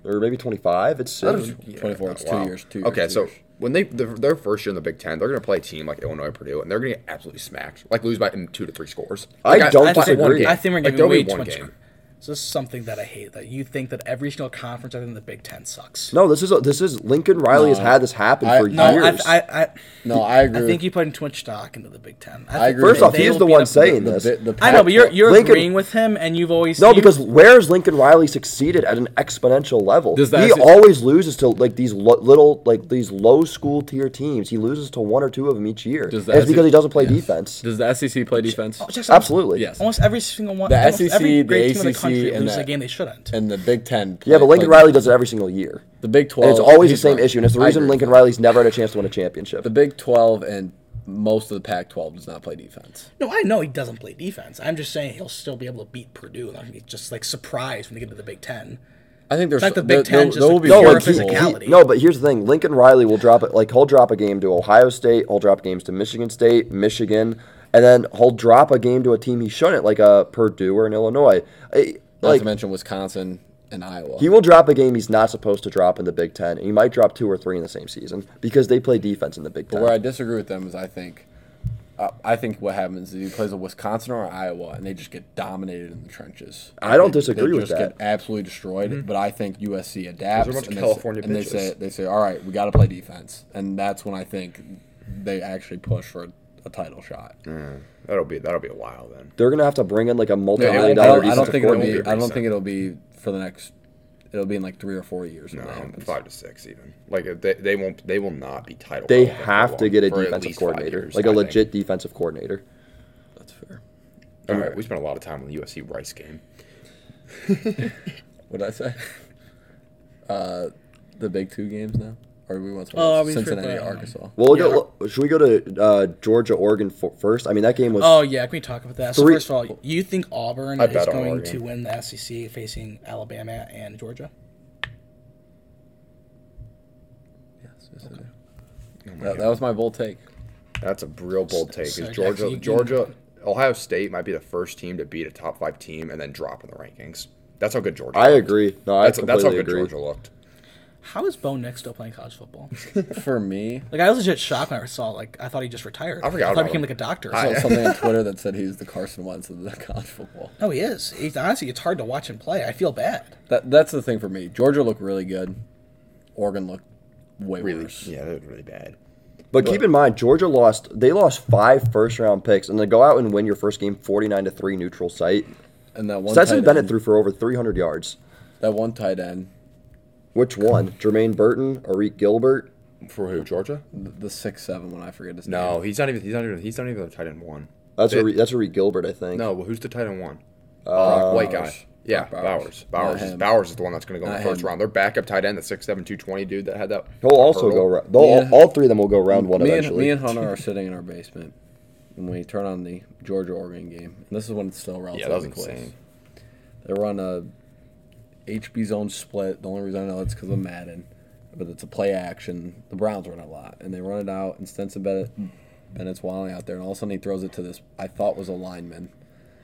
D: or maybe 25. It's soon.
C: Yeah,
B: 24, it's two years, two
C: okay,
B: years, two
C: so
B: years.
C: when they their, their first year in the Big Ten, they're going to play a team like Illinois, Purdue, and they're going to get absolutely smacked, like lose by in two to three scores.
D: I
C: Like,
D: don't
A: I
C: like,
A: think,
D: disagree.
C: one game.
A: I think we're
C: Like,
A: giving
C: there'll be
A: way too
C: one
A: much.
C: game.
A: So this is something that I hate. That you think that every single conference other than the Big Ten sucks.
D: No, this is a, this is Lincoln Riley has had this happen
B: I-
D: for
B: no,
A: I,
D: years.
A: I, I,
B: No, I agree.
A: I think
B: with-
A: you put in Twitch stock into the Big Ten. I,
B: I
A: think
B: agree.
D: First
A: they-
D: off, he
A: they
D: is
A: will
D: the
A: beat
D: one
A: up
D: saying
B: the-
D: this.
B: the- the
A: I know, but you're you're
D: Lincoln-
A: agreeing with him, and you've always
D: no,
A: you-
D: because where's Lincoln Riley succeeded at an exponential level?
B: Does that-
D: he always loses to like these lo- little like these low school tier teams. He loses to one or two of them each year.
B: Does
D: And
B: the
D: it's because
B: SEC
D: he doesn't play
B: yes.
D: defense.
B: Does the SEC play defense?
A: Oh, Jackson,
D: Absolutely.
B: Yes.
A: Almost every single one.
B: The
A: almost
B: SEC,
A: every
B: the
A: great team in the
B: ACC,
A: country
B: and
A: loses
B: that-
A: a game they shouldn't.
B: And the Big Ten.
D: Yeah, but
B: play-
D: Lincoln
B: play-
D: Riley does it every single year.
B: The Big Twelve.
D: And it's always the
B: he's
D: same
B: right.
D: issue, and it's the
B: I
D: reason
B: agree.
D: Lincoln Riley's never had a chance to win a championship.
B: The Big Twelve and most of the Pac-12 does not play defense.
A: no, I know he doesn't play defense. I'm just saying he'll still be able to beat Purdue. and He's just like surprised when they get to the Big Ten.
B: I think there's
A: like the
B: there-
A: Big
B: there-
A: Ten's
B: there
A: just
B: will
A: a
B: be
A: pure
B: more
A: like,
B: people-
A: physical- physicality.
D: he- no, but here's the thing: Lincoln Riley will drop it. Like he'll drop a game to Ohio State, he'll drop games to Michigan State, Michigan, and then he'll drop a game to a team he shouldn't, like a Purdue or an Illinois. I-
B: Not
D: Like
B: to mention Wisconsin and Iowa.
D: he will drop a game he's not supposed to drop in the Big Ten, and he might drop two or three in the same season because they play defense in the Big
B: But where I
D: Ten.
B: disagree with them is I think, I I think what happens is he plays a Wisconsin or Iowa, and they just get dominated in the trenches.
D: I don't
B: They-
D: disagree
B: they
D: with
B: just
D: that.
B: Get absolutely destroyed.
C: Mm-hmm.
B: But I think USC adapts.
C: bunch of
B: and
C: California
B: they, say, and they say
C: bitches.
B: they say, all right, we got to play defense, and that's when I think they actually push for a, a title shot.
C: That'll be that'll be a while then.
D: They're gonna have to bring in like a
B: I
D: multi-million
B: don't,
C: Yeah,
B: I
D: dollar
B: don't, I don't
D: defensive
B: think it'll
D: coordinator.
B: be.
C: coordinator.
B: I don't think it'll be for the next. It'll be in like three or four years. when
C: No,
B: that happens.
C: five to six even. Like if they, they won't they will not be title.
D: They
C: relevant for
D: have to
C: long-
D: get a
C: for at
D: defensive
C: least five
D: coordinator,
C: years,
D: like a
C: I think.
D: legit defensive coordinator.
B: That's fair.
C: All right, we spent a lot of time on the USC Rice game.
B: What did I say? Uh, the big two games now, or we want to
A: Oh,
B: talk
A: we
B: about
A: forgot.
B: Cincinnati, Arkansas.
C: Oh
D: Well, we'll go, should we go to uh, Georgia, Oregon for, first? I mean, that game was.
A: Oh yeah, can we talk about that? So
D: Three-
A: first of all, you think Auburn
C: I
A: is
C: bet on
A: going
C: Oregon.
A: to win the SEC facing Alabama and Georgia?
B: Yes, yes, I do. That, that was my bold take.
C: That's a real bold take.
A: so
C: Is Georgia,
A: Jackson, you-
C: Georgia, Ohio State might be the first team to beat a top five team and then drop in the rankings. That's how good Georgia.
D: I
C: looked.
D: agree. No, I
C: That's,
D: completely
C: that's how good
D: agree.
C: Georgia looked.
A: How is Bo Nix still playing college football?
B: For me,
A: Like I was legit shocked when I saw. Like I thought he just retired.
C: I
A: I
C: forgot
A: thought
C: about
A: he became
C: him.
A: like a doctor. or
C: I-
B: I
A: something.
B: saw something on Twitter that said he's the Carson Wentz of the college football.
A: no, he is. He's honestly, it's hard to watch him play. I feel bad.
B: That that's the thing for me. Georgia looked really good. Oregon looked way
C: Really?
B: worse.
C: Yeah, that was really bad.
D: But keep in mind, Georgia lost. They lost five first round picks, and to go out and win your first game, forty nine to three, neutral site.
B: And that one
D: Stetson
B: tight
D: Bennett
B: end,
D: threw for over three hundred yards.
B: that one tight end,
D: Which one? Jermaine Burton, Arik Gilbert.
C: For who? Georgia?
B: th- the six seven one I forget his name.
C: No, he's not even. He's not even. He's not even the tight end one.
D: That's
C: It-
D: Arik, that's Arik Gilbert, I think. Uh,
C: No, well, who's the tight end one?
B: Brock
C: White guy.
B: Bowers.
C: Yeah,
B: Brock
C: Bowers.
B: Bowers.
C: Bowers.
B: Not
C: Is,
B: him.
C: Bowers is the one that's going to go in
B: Not
C: the first
B: him.
C: round. Their backup tight end, the 6'7", 220 dude that had that.
D: He'll also
C: hurdle.
D: go. Ra- they'll
B: Me
D: all,
B: and-
D: all three of them will go round one
B: me and,
D: eventually.
B: me and Hunter are sitting in our basement, and we turn on the Georgia Oregon game. And this is when it's still relatively
C: Yeah, that was
B: close.
C: insane.
B: They were on a HB zone split. The only reason I know it's because of Madden, but it's a play action. The Browns run it a lot, and they run it out. And Stenson Bennett, Bennett's wilding out there, and all of a sudden he throws it to this I thought was a lineman.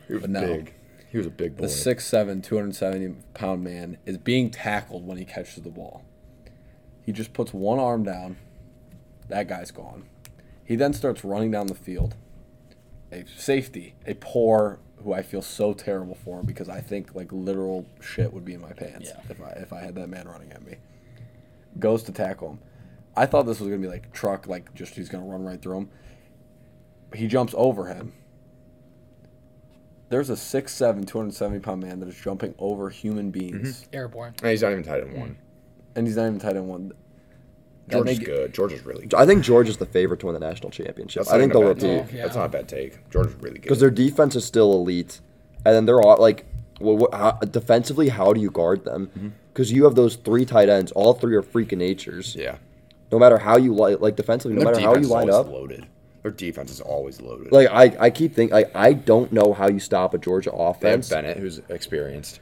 C: He was
B: But no.
C: big. He was a big boy.
B: The 6'7", 270 pound man is being tackled when he catches the ball. He just puts one arm down. That guy's gone. He then starts running down the field. A safety, a poor who I feel so terrible for because I think like literal shit would be in my pants
A: Yeah.
B: if I if I had that man running at me. Goes to tackle him. I thought this was gonna be like truck, like just he's gonna run right through him. He jumps over him. There's a 6'7", 270 pound man that is jumping over human beings,
A: Airborne.
C: And he's not even tight end one.
B: and he's not even tight end one. That
C: Georgia's
B: make-
C: good. Georgia's really good.
D: I think Georgia's the favorite to win the national championship. I think
C: not
D: they'll
C: even a bad
D: repeat.
C: take.
A: Oh, Yeah.
C: That's not a bad take. Georgia's really good.
D: because their defense is still elite, and then they're all like, well, what, how, defensively, how do you guard
B: Mm-hmm.
D: them? Because you have those three tight ends, all three are freaking natures.
C: yeah.
D: No matter how you li- like defensively, no
C: Their
D: matter how
C: defense
D: you
C: is
D: line
C: always
D: up,
C: loaded. Their defense is always loaded.
D: like I, I keep thinking, like I don't know how you stop a Georgia
C: they have
D: offense.
C: Bennett, who's experienced.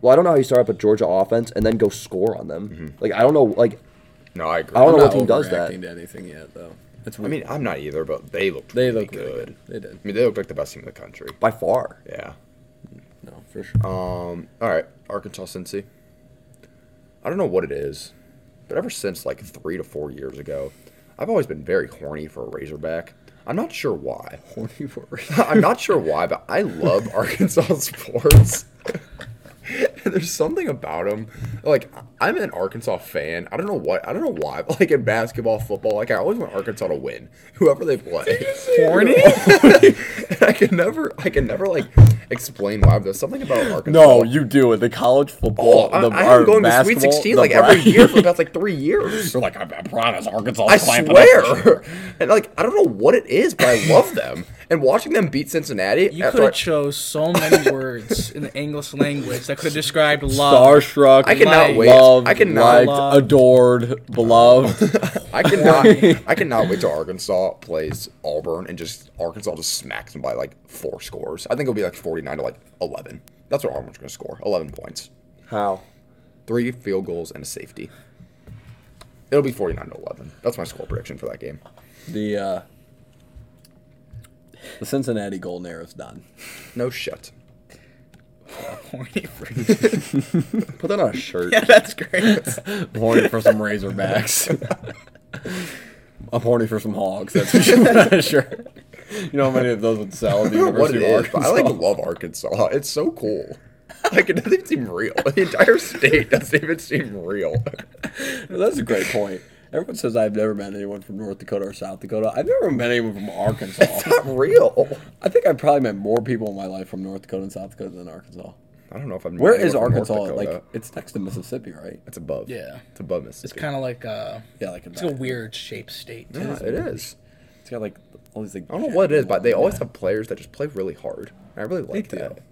D: Well, I don't know how you start up a Georgia offense and then go score on them.
B: Mm-hmm.
D: Like I don't know, like
C: No, I agree.
D: I don't know
B: I'm
D: what
B: not
D: team does that.
B: overreacting To anything yet though? That's
C: I
B: weird.
C: mean, I'm not either, but they looked
B: they
C: really
B: look really
C: good.
B: good. They did.
C: I mean, they looked like the best team in the country.
D: by far.
C: Yeah.
B: No, for sure.
C: Um. All right, Arkansas Cincy. I don't know what it is, but ever since like three to four years ago, I've always been very horny for a Razorback. I'm not sure why.
B: Horny for
C: I'm not sure why, but I love Arkansas sports. And There's something about them. Like I'm an Arkansas fan. I don't know what. I don't know why. But like in basketball, football, like I always want Arkansas to win, whoever they play.
A: Horny?
C: And I can never. I can never like explain why. but There's something about Arkansas.
B: No, you do it. The college football,
C: Oh, I,
B: the
C: I have
B: or
C: been going to Sweet
B: basketball,
C: 16
B: the
C: like every
B: Browns.
C: year for the past like three years.
B: You're like, I, I promise, Arkansas.
C: I swear. And like, I don't know what it is, but I love them. And watching them beat Cincinnati,
A: You
C: after
A: could
C: I-
A: have chose so many words in the English language that could have described love.
B: Starstruck,
C: I cannot
B: loved,
C: wait. I cannot-
B: liked, adored, beloved.
C: I cannot, I cannot wait till Arkansas plays Auburn and just Arkansas just smacks them by like four scores. I think it'll be like 49 to like 11. That's what Auburn's going to score 11 points,
D: How?
C: three field goals, and a safety. It'll be 49 to 11. That's my score prediction for that game.
B: the uh, the Cincinnati Golden Era is done.
C: No shit.
A: Horny.
D: Put that on a shirt.
A: yeah, that's great.
B: I'm horny for some Razorbacks. I'm horny for some Hogs. That's for sure. sure. You know how many of those would sell at the
C: I don't know what
B: University
C: it
B: of
C: is, but
B: Arkansas?
C: I like love Arkansas. It's so cool. Like it doesn't even seem real. The entire state doesn't even seem real.
B: That's a great point. Everyone says I've never met anyone from North Dakota or South Dakota. I've never met anyone from
C: It's
B: Arkansas.
C: not real.
B: I think I've probably met more people in my life from North Dakota and South Dakota than Arkansas.
C: I don't know if I'm.
B: Where is Arkansas? Like, it's next to Mississippi, right?
C: it's above.
A: Yeah.
C: it's above
A: It's
C: Mississippi.
A: kind of like a,
B: Yeah, like in
A: it's like a
B: that-
A: weird shaped state.
C: Yeah, it is.
B: It's got like all these like.
C: I don't know what it is, but they always have players that just play really hard. And I really like
B: do.
C: that. And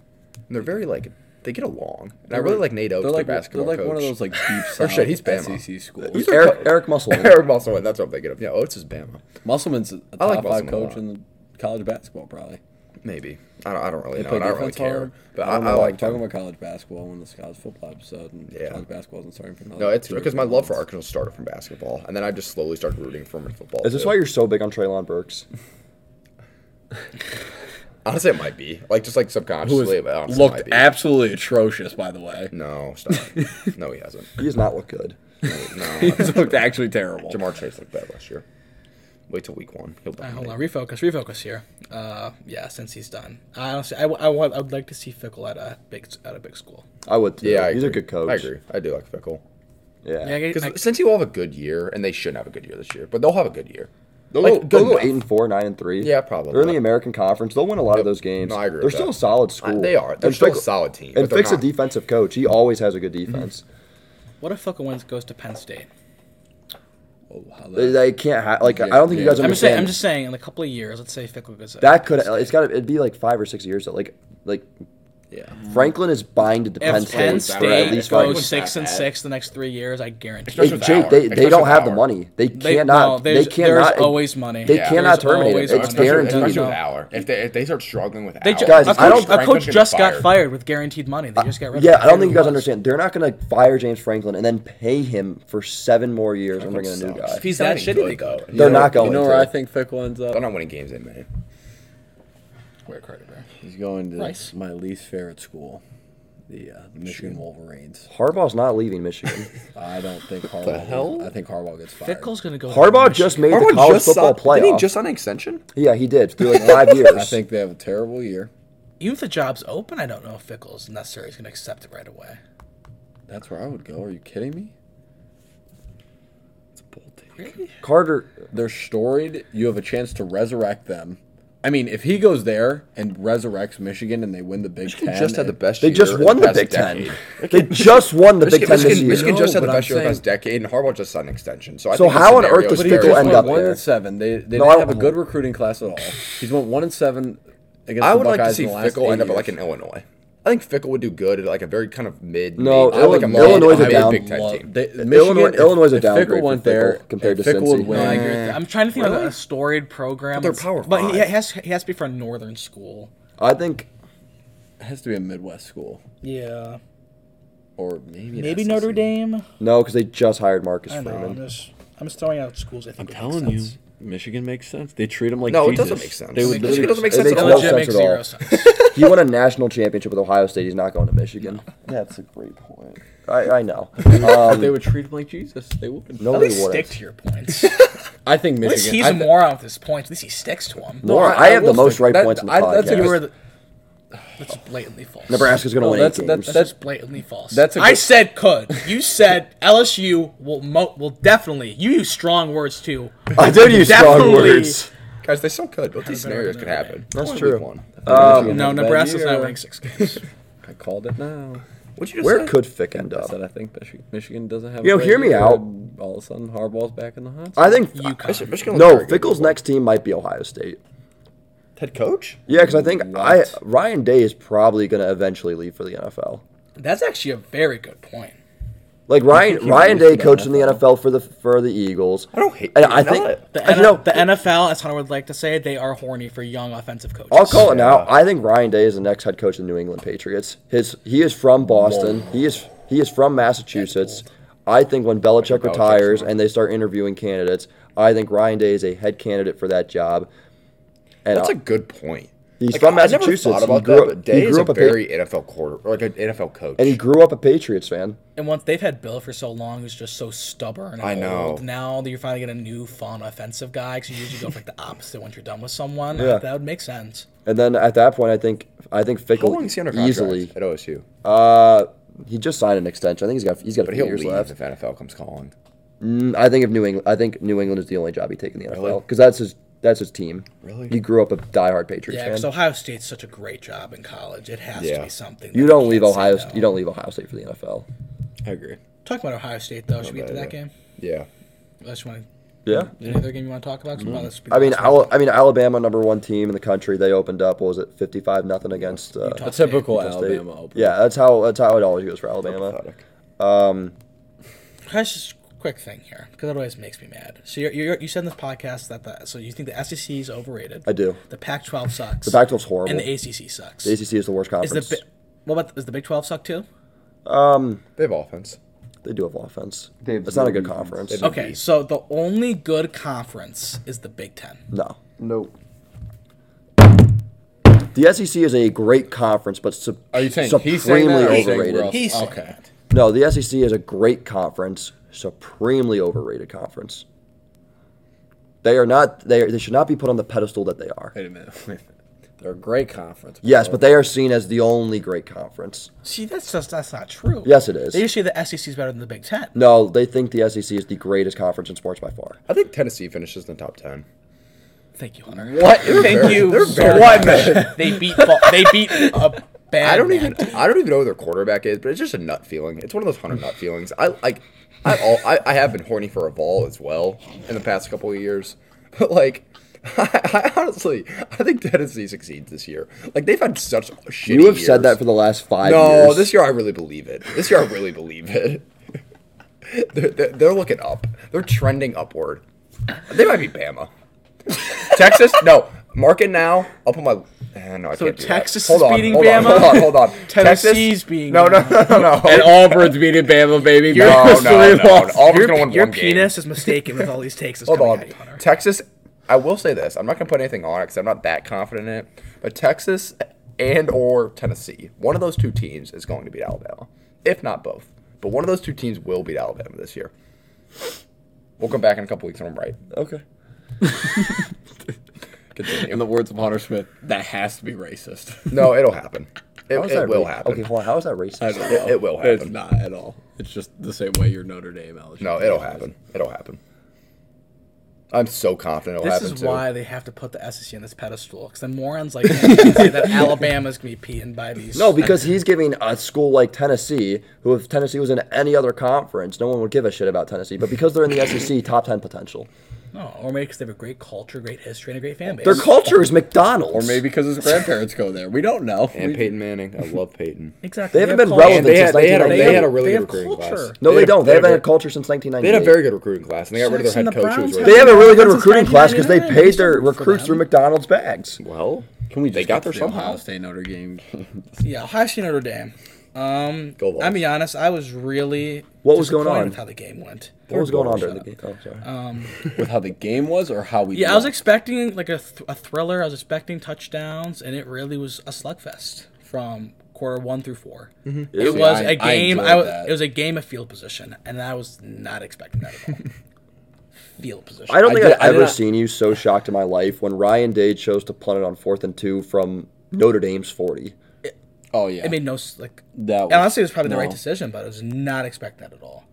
C: they're very like they get along. And I really like Nate Oates,
B: They're
C: their
B: like
C: basketball
B: They're like
C: coach.
B: one of those like deep
C: Or
B: south
C: shit, he's Bama.
B: SEC schools.
C: Who's their
D: Eric
C: coach?
D: Eric Musselman.
C: Eric Musselman. That's what I'm thinking of. Yeah, Oates is Bama.
B: Musselman's a top
C: like
B: five
C: Musselman a
B: coach
C: lot.
B: in college basketball, probably.
C: Maybe. I don't, I don't really
B: They
C: know.
B: play
C: and I don't really
B: defense
C: care.
B: hard.
C: But
B: I,
C: I,
B: don't know.
C: I
B: like
C: like
B: talking about college basketball in the Scottish football episode, and
C: Yeah.
B: college basketball isn't starting for another.
C: No, it's
B: two or
C: because my
B: three
C: love for
B: months.
C: Arkansas started from basketball, and then I just slowly started rooting for him in football.
D: Is this
C: too.
D: why you're so big on Traylon Burks?
C: Honestly, it might be like just like
B: Who
C: subconsciously, but
B: has
C: honestly, it might
B: looked
C: be.
B: absolutely atrocious, by the way.
C: no, stop. no, he hasn't.
D: He does not look good.
C: No,
B: He's looked actually terrible.
C: Jamar Chase looked bad last year. Wait till week one. He'll
A: All right,
C: dominate.
A: hold on, refocus, refocus here. Uh, yeah, since he's done, I honestly, I, w- I, w- I would like to see Fickle at a big at a big school.
D: I would. Too.
C: Yeah, I
D: he's
C: agree.
D: a good coach.
C: I agree. I do like Fickle.
D: Yeah,
A: Yeah, I, get- I,
C: Because since he will have a good year, and they should have a good year this year, but they'll have a good year.
D: they'll,
C: Like,
D: go, they'll go
C: enough.
D: eight and four, nine and three.
C: Yeah, probably.
D: They're in the American Conference. They'll win a lot of those games.
C: No, I agree
D: They're
C: with
D: still
C: that.
D: a solid school.
C: Uh, they are. They're
D: And
C: still a
D: Fick's-
C: solid team,
D: And
C: but they're
D: fix a
C: not. Mm-hmm.
D: defensive coach. He always has a good defense.
A: what if Fickle wins goes to Penn State?
B: Oh, how
D: They,
B: that-
D: they can't ha- like. I
B: Yeah,
D: don't think you
B: yeah.
D: guys
B: I'm
A: I'm just
D: understand.
A: saying. I'm just saying. In a couple of years, let's say Fickle goes.
D: that could. It's got. to It'd be like five or six years. That like like
B: yeah.
D: Franklin is binded to Penn
A: If
D: State,
A: Penn
D: for
A: State
D: at least five.
A: goes six and
B: bad.
A: six the next three years, I guarantee.
D: Hey,
C: Especially with
D: Jake,
C: Howard.
D: they, they
C: Especially
D: don't
C: with
D: have the
C: Howard.
D: money. They
A: They- no,
D: cannot. they
A: there's-
D: cannot.
A: There's always money.
D: They
A: Yeah.
D: cannot
A: There's
D: terminate
A: always
D: it. It's
A: money.
D: guaranteed.
C: Especially
A: No.
C: with Aller. If they, if they start struggling with
A: They
C: Aller,
A: ju-
D: Guys,
A: a
D: I don't-
A: coach, a
C: Franklin's
A: coach
C: gonna
A: just
C: get
A: got
C: fired.
A: fired with guaranteed money. They just got rid of
D: Yeah,
A: him.
D: I don't think you guys
A: Everyone was.
D: understand. They're not going to fire James Franklin and then pay him for seven more years and bring in a new
C: Sucks.
D: guy.
A: If he's that
C: They're not
A: shitty,
C: even
A: they go.
D: They're not
B: You
D: going
B: know
D: to.
B: where I think Fick ends up?
C: They're not winning games in May. Where credit, man.
B: He's going to
A: Rice.
B: my least favorite school, the uh, Michigan Wolverines.
D: Harbaugh's not leaving Michigan.
B: I don't think Harbaugh.
C: hell?
B: I think Harbaugh gets fired.
A: Fickle's gonna go. to
D: Harbaugh
A: Michigan.
D: just made the college football playoff.
C: Did he just sign an extension?
D: yeah, he did through like five years.
B: I think they have a terrible year.
A: Even if the job's open, I don't know if Fickle's necessarily is gonna accept it right away.
B: That's where I would go. Are you kidding me? It's a bold take.
D: Carter.
B: They're storied. You have a chance to resurrect them. I mean, if he goes there and resurrects Michigan and they win the Big Ten,
C: just had the
B: and-
C: best.
D: They
C: year
D: just
C: in
D: won the
C: past
D: Big Ten.
C: decade.
D: They just won the Big
C: Michigan,
D: Ten this
C: Michigan,
D: year.
C: Michigan just had
B: No,
C: the
B: but
C: best
B: I'm
C: year of the past
B: saying-
C: decade, and Harbaugh just signed an extension. So, I
D: So
C: think the
D: how on earth
C: scenario
D: does
C: is
B: But he
D: Fickle
C: very
B: just
D: end
B: went
D: up
B: one
D: there?
B: and seven. They they
D: No, I
B: didn't have a
D: don't-
B: good recruiting class at all. He's went one and seven against
C: I
B: the
C: would like to
B: Buckeyes
C: see
B: in the last
C: Fickle end
B: eight
C: up at like
B: years.
C: an Illinois. I think Fickle would do good at like a very kind of mid.
D: No,
C: mid- I like a
D: Illinois-
C: mid-
D: Illinois is a
C: mid
D: down-
C: Big Ten
B: Well,
C: team.
B: they-
D: Illinois-
B: if-
D: Illinois is a
B: if Fickle
D: downgrade for
B: went there
D: Fickle compared
B: if
D: to
B: Fickle would
D: Cincy.
B: win-
A: No, I agree with that. I'm trying to think of a storied program.
C: But they're
A: that's-
C: Power
A: But he
C: Five.
A: has he has to be for a northern school.
D: I think
B: It has to be a Midwest school,
A: Yeah,
B: or maybe an
A: maybe
B: SEC.
A: Notre Dame.
D: no, because they just hired Marcus
A: I don't know. I'm
D: Freeman.
A: just I'm just throwing out schools. I think
E: I'm
A: would
E: telling
A: make
E: you,
A: sense.
E: Michigan makes sense. They treat him like
C: No, it
E: Jesus.
C: doesn't make sense.
E: They would literally-
C: Michigan doesn't make
D: it
C: sense
D: makes
C: at
A: It
D: no
C: all.
A: legit makes
D: sense at
A: zero
D: all.
A: sense.
D: he won a national championship with Ohio State. He's not going to Michigan.
B: That's a great point.
D: I, I know. Um,
B: they would treat him like Jesus. They would.
D: No,
A: At
D: they
A: least
D: wouldn't.
A: stick to your points. At
B: I think Michigan.
A: least he's
B: I
A: a
B: th-
A: moron with his points. At least he sticks to them.
D: No, I,
B: I- I
D: have the
B: will
D: most
B: stick-
D: right
B: that-
D: points in the
B: I-
D: podcast.
B: that's a
A: You
B: good-
A: were the, that's blatantly false.
D: Nebraska's going to
B: No,
D: win
B: that's-
D: eight
B: that's-
D: games.
A: That's just blatantly false.
B: That's a
A: I
B: good-
A: said could. You said LSU will mo- will definitely. You use strong words too.
D: I did use strong
A: Definitely.
D: words.
C: Guys, they still could. Both these scenarios could happen. That's
D: true.
B: Michigan
A: No,
D: Um,
B: has a bad
A: Nebraska's
B: year.
A: not winning six games.
B: I called it now.
C: What'd you just
D: Where
C: say?
D: could Fick end
B: I
D: up?
B: said I think Michi- Michigan doesn't have.
D: You
B: a
D: know,
B: great
D: hear me
B: year,
D: out.
B: and All of a sudden, Harbaugh's back in the hunt.
D: I think
A: UConn.
C: Michi- Michigan looked
D: no.
C: very good.
D: Fickle's next team might be Ohio State.
C: head coach.
D: Yeah, because I think I
B: What?
D: Ryan Day is probably going to eventually leave for the NFL.
A: That's actually a very good point.
D: Like Ryan
B: he
D: Ryan
B: leaves for
D: Day
B: the
D: coached in the
B: NFL.
D: NFL for the for the Eagles.
C: I don't hate.
D: And
C: you're
D: I think
C: not.
A: The,
D: I
A: N-
D: know
A: the NFL, as Hunter would like to say, they are horny for young offensive coaches.
D: I'll call it now. I think Ryan Day is the next head coach of the New England Patriots. His he is from Boston. He is he is from Massachusetts. I think when Belichick
C: Belichick's
D: retires
C: not.
D: and they start interviewing candidates, I think Ryan Day is a head candidate for that job. And
C: That's
D: I-
C: a good point.
D: He's from
C: I never thought
D: Massachusetts. He
C: about
D: grew
C: that,
D: up-
C: but
D: he
C: Day is
D: grew
C: a
D: up a pa-
C: very NFL quarter, or like an NFL coach.
D: and he grew up a Patriots fan.
A: And once they've had Bill for so long, who's just so stubborn. And
C: I know.
A: Old, now that you're finally getting a new, fun, offensive guy, because you usually go for like the opposite once you're done with someone.
D: Yeah.
A: That would make sense.
D: And then at that point, I think I think
C: How
D: Fickle
C: long is he under contract
D: easily.
C: at OSU?
D: Uh, he just signed an extension. I think he's got he's got a
C: But
D: few
C: he'll
D: years
C: leave
D: left.
C: if NFL comes calling.
D: Mm, I think if New England, I think New England is the only job he take in the NFL because that's his that's his team.
C: Really?
D: He grew up a diehard Patriots
A: Yeah, because
D: fan.
A: Ohio State's such a great job in college. It has to
C: Yeah.
A: be something.
D: You
A: that
D: don't
A: you
D: leave
A: can't say
D: Ohio.
A: no.
D: You don't leave Ohio State for the NFL.
B: I agree.
A: Talking about Ohio State, though, should we get to
C: bad
A: that
C: idea.
A: game?
C: Yeah.
A: I just want
D: Yeah.
A: to, any other game you want to talk about? 'Cause we'll probably speak
D: Mm-hmm. I mean,
A: about this
D: Al- I mean Alabama, number one team in the country. They opened up. What was it, fifty five nothing against uh,
A: Utah
B: A typical
D: Utah State.
B: Alabama opener.
D: Yeah, that's how that's how it always goes for Alabama.
C: Pathetic.
A: one. Can I just quick thing here, because otherwise it makes me mad. So you're, you're, you said in this podcast that the so you think the SEC is overrated.
D: I do.
A: The Pac-12 sucks.
D: The Pac-12 is horrible.
A: and the ACC sucks.
D: The ACC is the worst
A: is the
D: conference.
A: Bi- what about is the Big 12 suck too?
C: They have offense.
D: they do have offense.
B: They have
D: It's not a good
B: no defense.
D: conference.
B: They
A: Okay, so the only good conference is the Big Ten.
D: No.
B: Nope.
D: The SEC is a great conference, but su-
C: Oh,
B: Are you saying
D: supremely
B: he's saying that or you're saying
D: overrated.
B: we're all-
A: He's saying
B: okay.
A: that.
D: No, the SEC is a great conference, supremely overrated conference. They are not. They are, they should not be put on the pedestal that they are.
B: Wait a minute. Wait a minute. They're a great conference.
D: Yes, but they are seen as the only great conference.
A: See, that's just that's not true.
D: Yes, it is.
A: They just say the SEC is better than the Big Ten.
D: No, they think the SEC is the greatest conference in sports by far.
C: I think Tennessee finishes in the top ten.
A: Thank you, Hunter.
B: What?
A: Thank you. so
B: what,
A: much.
B: man?
A: They beat. Bo- they beat a bad.
C: I don't
A: man.
C: even I don't even know who their quarterback is, but it's just a nut feeling. It's one of those hunter nut feelings. I like I all I, I have been horny for a ball as well in the past couple of years. But like I, I honestly I think Tennessee succeeds this year. Like they've had such shitty
D: You have
C: years.
D: said that for the last five
C: No,
D: years.
C: this year I really believe it. This year I really believe it. they're, they're, they're looking up. They're trending upward. They might be Bama. Texas? No. Mark it now. I'll put my. eh, no, I
A: So
C: can't do that.
A: Texas
C: hold
A: is
C: on,
A: beating
C: hold on,
A: Bama?
C: hold on, hold on.
A: Tennessee's
C: Texas-
A: being
C: No, no, no, no, no.
B: And Auburn's beating Bama, baby.
C: no, no,
B: Bama's
C: no,
B: three
C: no.
B: losses.
C: Auburn's
A: Your,
C: gonna win
A: your
C: one game.
A: penis is mistaken with all these takes. That's
C: Hold
A: coming
C: on.
A: At you, Hunter.
C: Texas, I will say this. I'm not going to put anything on it because I'm not that confident in it. But Texas and or Tennessee, one of those two teams is going to beat Alabama, if not both. But one of those two teams will beat Alabama this year. We'll come back in a couple weeks and I'm right.
D: okay.
B: In the words of Hunter Smith, that has to be racist.
C: No, it'll happen. It,
D: How is
C: it
D: that
C: will
D: ra-
C: happen.
D: Okay, hold on. How is that racist?
B: I don't
C: It-
B: know.
C: it will
B: It's
C: happen.
B: not at all. It's just the same way your Notre Dame LSU.
C: No, it'll happen. It'll happen. I'm so confident it'll
A: This
C: happen
A: is
C: too.
A: why they have to put the SEC on this pedestal, because then morons like him can say that Alabama's gonna be peeing by these.
D: No, because he's giving a school like Tennessee, who if Tennessee was in any other conference, no one would give a shit about Tennessee. But because they're in the SEC, top ten potential.
A: no, Oh, or maybe because they have a great culture, great history, and a great fan base.
D: Their culture is McDonald's.
B: Or maybe because his grandparents go there. We don't know.
C: And
B: We-
C: Peyton Manning. I love Peyton.
A: exactly.
D: they haven't
A: have
D: been
A: culture.
D: relevant
C: they
D: since
C: had, they, had a,
D: 1998.
C: they had a really
A: They
C: good
A: have
C: recruiting class.
A: culture.
D: no, they
C: had a-
D: don't. They
C: had a
D: haven't had a
C: very-
D: culture since 1998.
C: They had a very good recruiting class, and they got rid of
A: Jackson,
C: their
A: the
C: head coach. who
A: Browns
C: was
A: had
D: They
C: racist.
D: have a really good
A: Since
D: recruiting class because they
A: 1999,
D: paid their
A: for
D: recruits
A: them.
D: through McDonald's bags.
C: Well,
B: Can we
C: They
B: just
C: got
B: get
C: there
B: to the
C: somehow.
B: Ohio State Notre Dame.
A: Yeah, Ohio State Notre Dame. Um,
C: Go Vols.
A: I'm be honest. I was really
D: What was going
A: disappointed
D: on?
A: with how the game went.
D: What was going on during the game? Oh, sorry.
B: Uh, With how the game was or how we
A: Yeah, I was
B: lost?
A: expecting like a, th- a thriller. I was expecting touchdowns, and it really was a slugfest from quarter one through 4 It
B: See,
A: was
B: I-
A: a
B: I
A: game.
B: enjoyed
A: I, was.
B: that.
A: it was a game of field position, and I was not expecting that at all. field position.
D: I don't
B: I
D: think I
B: did- I
D: have
B: did
D: ever
B: not-
D: seen you so shocked in my life when Ryan Day chose to punt it on fourth and two from Notre Dame's 40.
B: Oh yeah.
A: It made no s- like.
B: that was,
A: And honestly, it was probably the right
B: no.
A: decision, but I was not expecting that at all.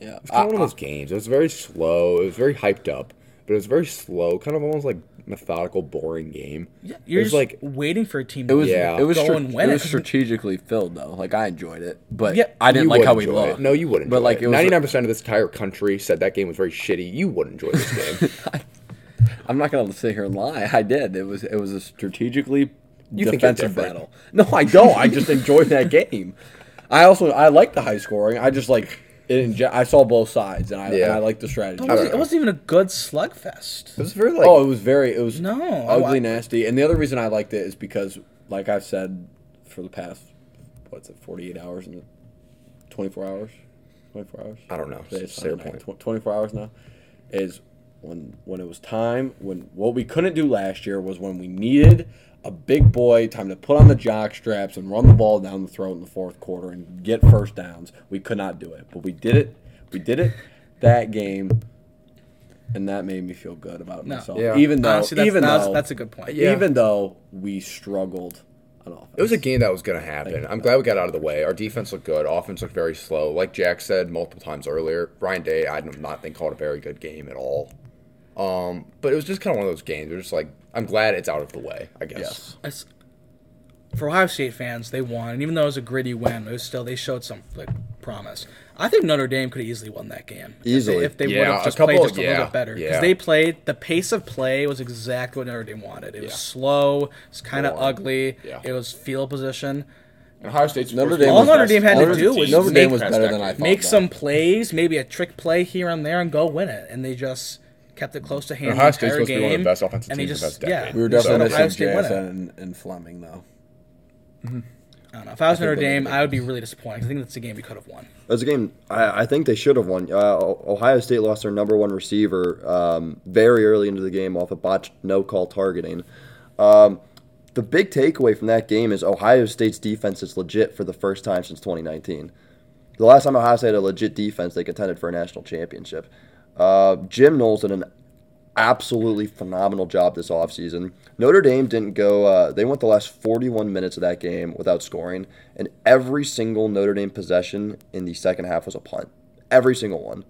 B: Yeah.
C: It's kind of one of those games. It was very slow. It was very hyped up, but it was very slow. Kind of almost like methodical, boring game.
A: Yeah, you're
C: it was
A: just
C: like
A: like waiting for a team.
B: It was
A: to
C: Yeah.
B: it was
A: go
B: str-
A: and win it.
B: it was strategically filled though. Like I enjoyed it, but
A: Yeah,
B: I didn't
C: you
B: like
C: would
B: how we
C: enjoy it.
B: looked.
C: No, you wouldn't.
B: But like it was
C: ninety nine percent of this entire country said that game was very shitty. You would enjoy this game.
B: I'm not gonna sit here and lie. I did. It was it was a strategically
C: you're
B: defensive
C: different.
B: battle. No, I don't. I just enjoyed that game. I also I like the high scoring. I just like it. In, I saw both sides, and I
C: Yeah.
B: and I like the strategy.
A: It, was, it wasn't even a good slugfest.
C: it was very like.
B: oh, it was very. It was
A: No, I-
B: ugly,
A: I-
B: nasty. And the other reason I liked it is because, like I've said, for the past what's it, 48 hours and 24 hours, 24 hours.
C: I don't know.
B: Today is
C: It's their
B: Sunday night.
C: point.
B: Tw- 24 hours now is when when it was time when what we couldn't do last year was when we needed a big boy time to put on the jock straps and run the ball down the throat in the fourth quarter and get first downs. We could not do it, but we did it. We did it that game. And that made me feel good about myself.
C: Yeah.
B: Even though,
A: Honestly, that's,
B: even
A: that's,
B: though,
A: that's a good point.
C: Yeah.
B: even though we struggled on offense.
C: It was a game that was going to happen. I'm glad we got out of the way. Our defense looked good. Offense looked very slow. Like Jack said multiple times earlier, Ryan Day, I do not think called a very good game at all. Um, but it was just kind of one of those games. It was just like I'm glad it's out of the way. I guess.
B: Yes.
A: It's- for Ohio State fans, they won, and even though it was a gritty win, it was still they showed some like promise. I think Notre Dame could have easily won that game If they-
D: Easily.
A: if they, would
C: Yeah,
A: have
C: a
A: just
C: couple-
A: played just a
C: yeah,
A: little bit better because
C: yeah.
A: they played. The pace of play was exactly what Notre Dame wanted. It was slow. It was kind of ugly.
C: Yeah.
A: It was field position.
C: And Ohio State's
B: Notre
C: was
B: Dame
C: one
A: All
C: of the
A: Notre
C: best-
A: Dame had
C: one
A: to
C: of the
A: do was
C: teams
A: Notre
C: in
B: Dame
C: the
B: was
C: past
B: better than
C: decade.
B: I thought.
A: make
B: that.
A: some plays, maybe a trick play here and there, and go win it. And they just kept it close to hand.
C: Ohio
A: the
C: State's
A: entire
C: supposed to be one of the
A: game,
C: best offensive
A: and they
C: teams in the
A: just-
C: past decade.
A: Yeah,
B: We were
A: they just let
B: definitely
A: Ohio
B: missing
A: State win it.
B: JSN and, and Fleming though.
A: I don't know. If I was Notre
B: they
A: Dame,
B: did.
A: I would be really disappointed. 'cause I think that's a game we could have won.
D: That's a game I, I think they should have won. Uh, O- Ohio State lost their number one receiver um, very early into the game off a botched no call targeting. Um, the big takeaway from that game is Ohio State's defense is legit for the first time since 2019. The last time Ohio State had a legit defense, they contended for a national championship. Uh, Jim Knowles did an absolutely phenomenal job this offseason. Notre Dame didn't go, uh, they went the last 41 minutes of that game without scoring, and every single Notre Dame possession in the second half was a punt. Every single one.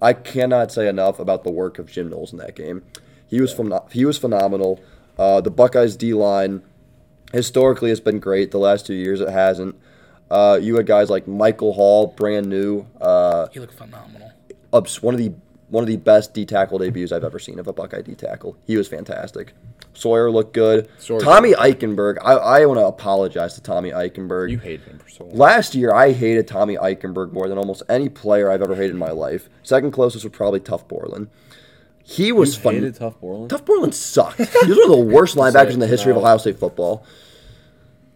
D: I cannot say enough about the work of Jim Knowles in that game. He was, pheno- he was phenomenal. Uh, the Buckeyes D line historically it's been great. The last two years it hasn't. Uh, you had guys like Michael Hall, brand new, uh,
A: He looked phenomenal.
D: ups one of the one of the best D tackle debuts I've ever seen of a Buckeye D tackle. He was fantastic. Sawyer looked good. Tommy Eichenberg, I, I want to apologize to Tommy Eichenberg.
E: You hate him for so long.
D: Last year, I hated Tommy Eichenberg more than almost any player I've ever hated in my life. Second closest was probably Tough Borland. He was fun.
E: Hated tough Borland.
D: Tough Borland sucked. He was one of the worst linebackers in the history of
E: no.
D: Ohio State football.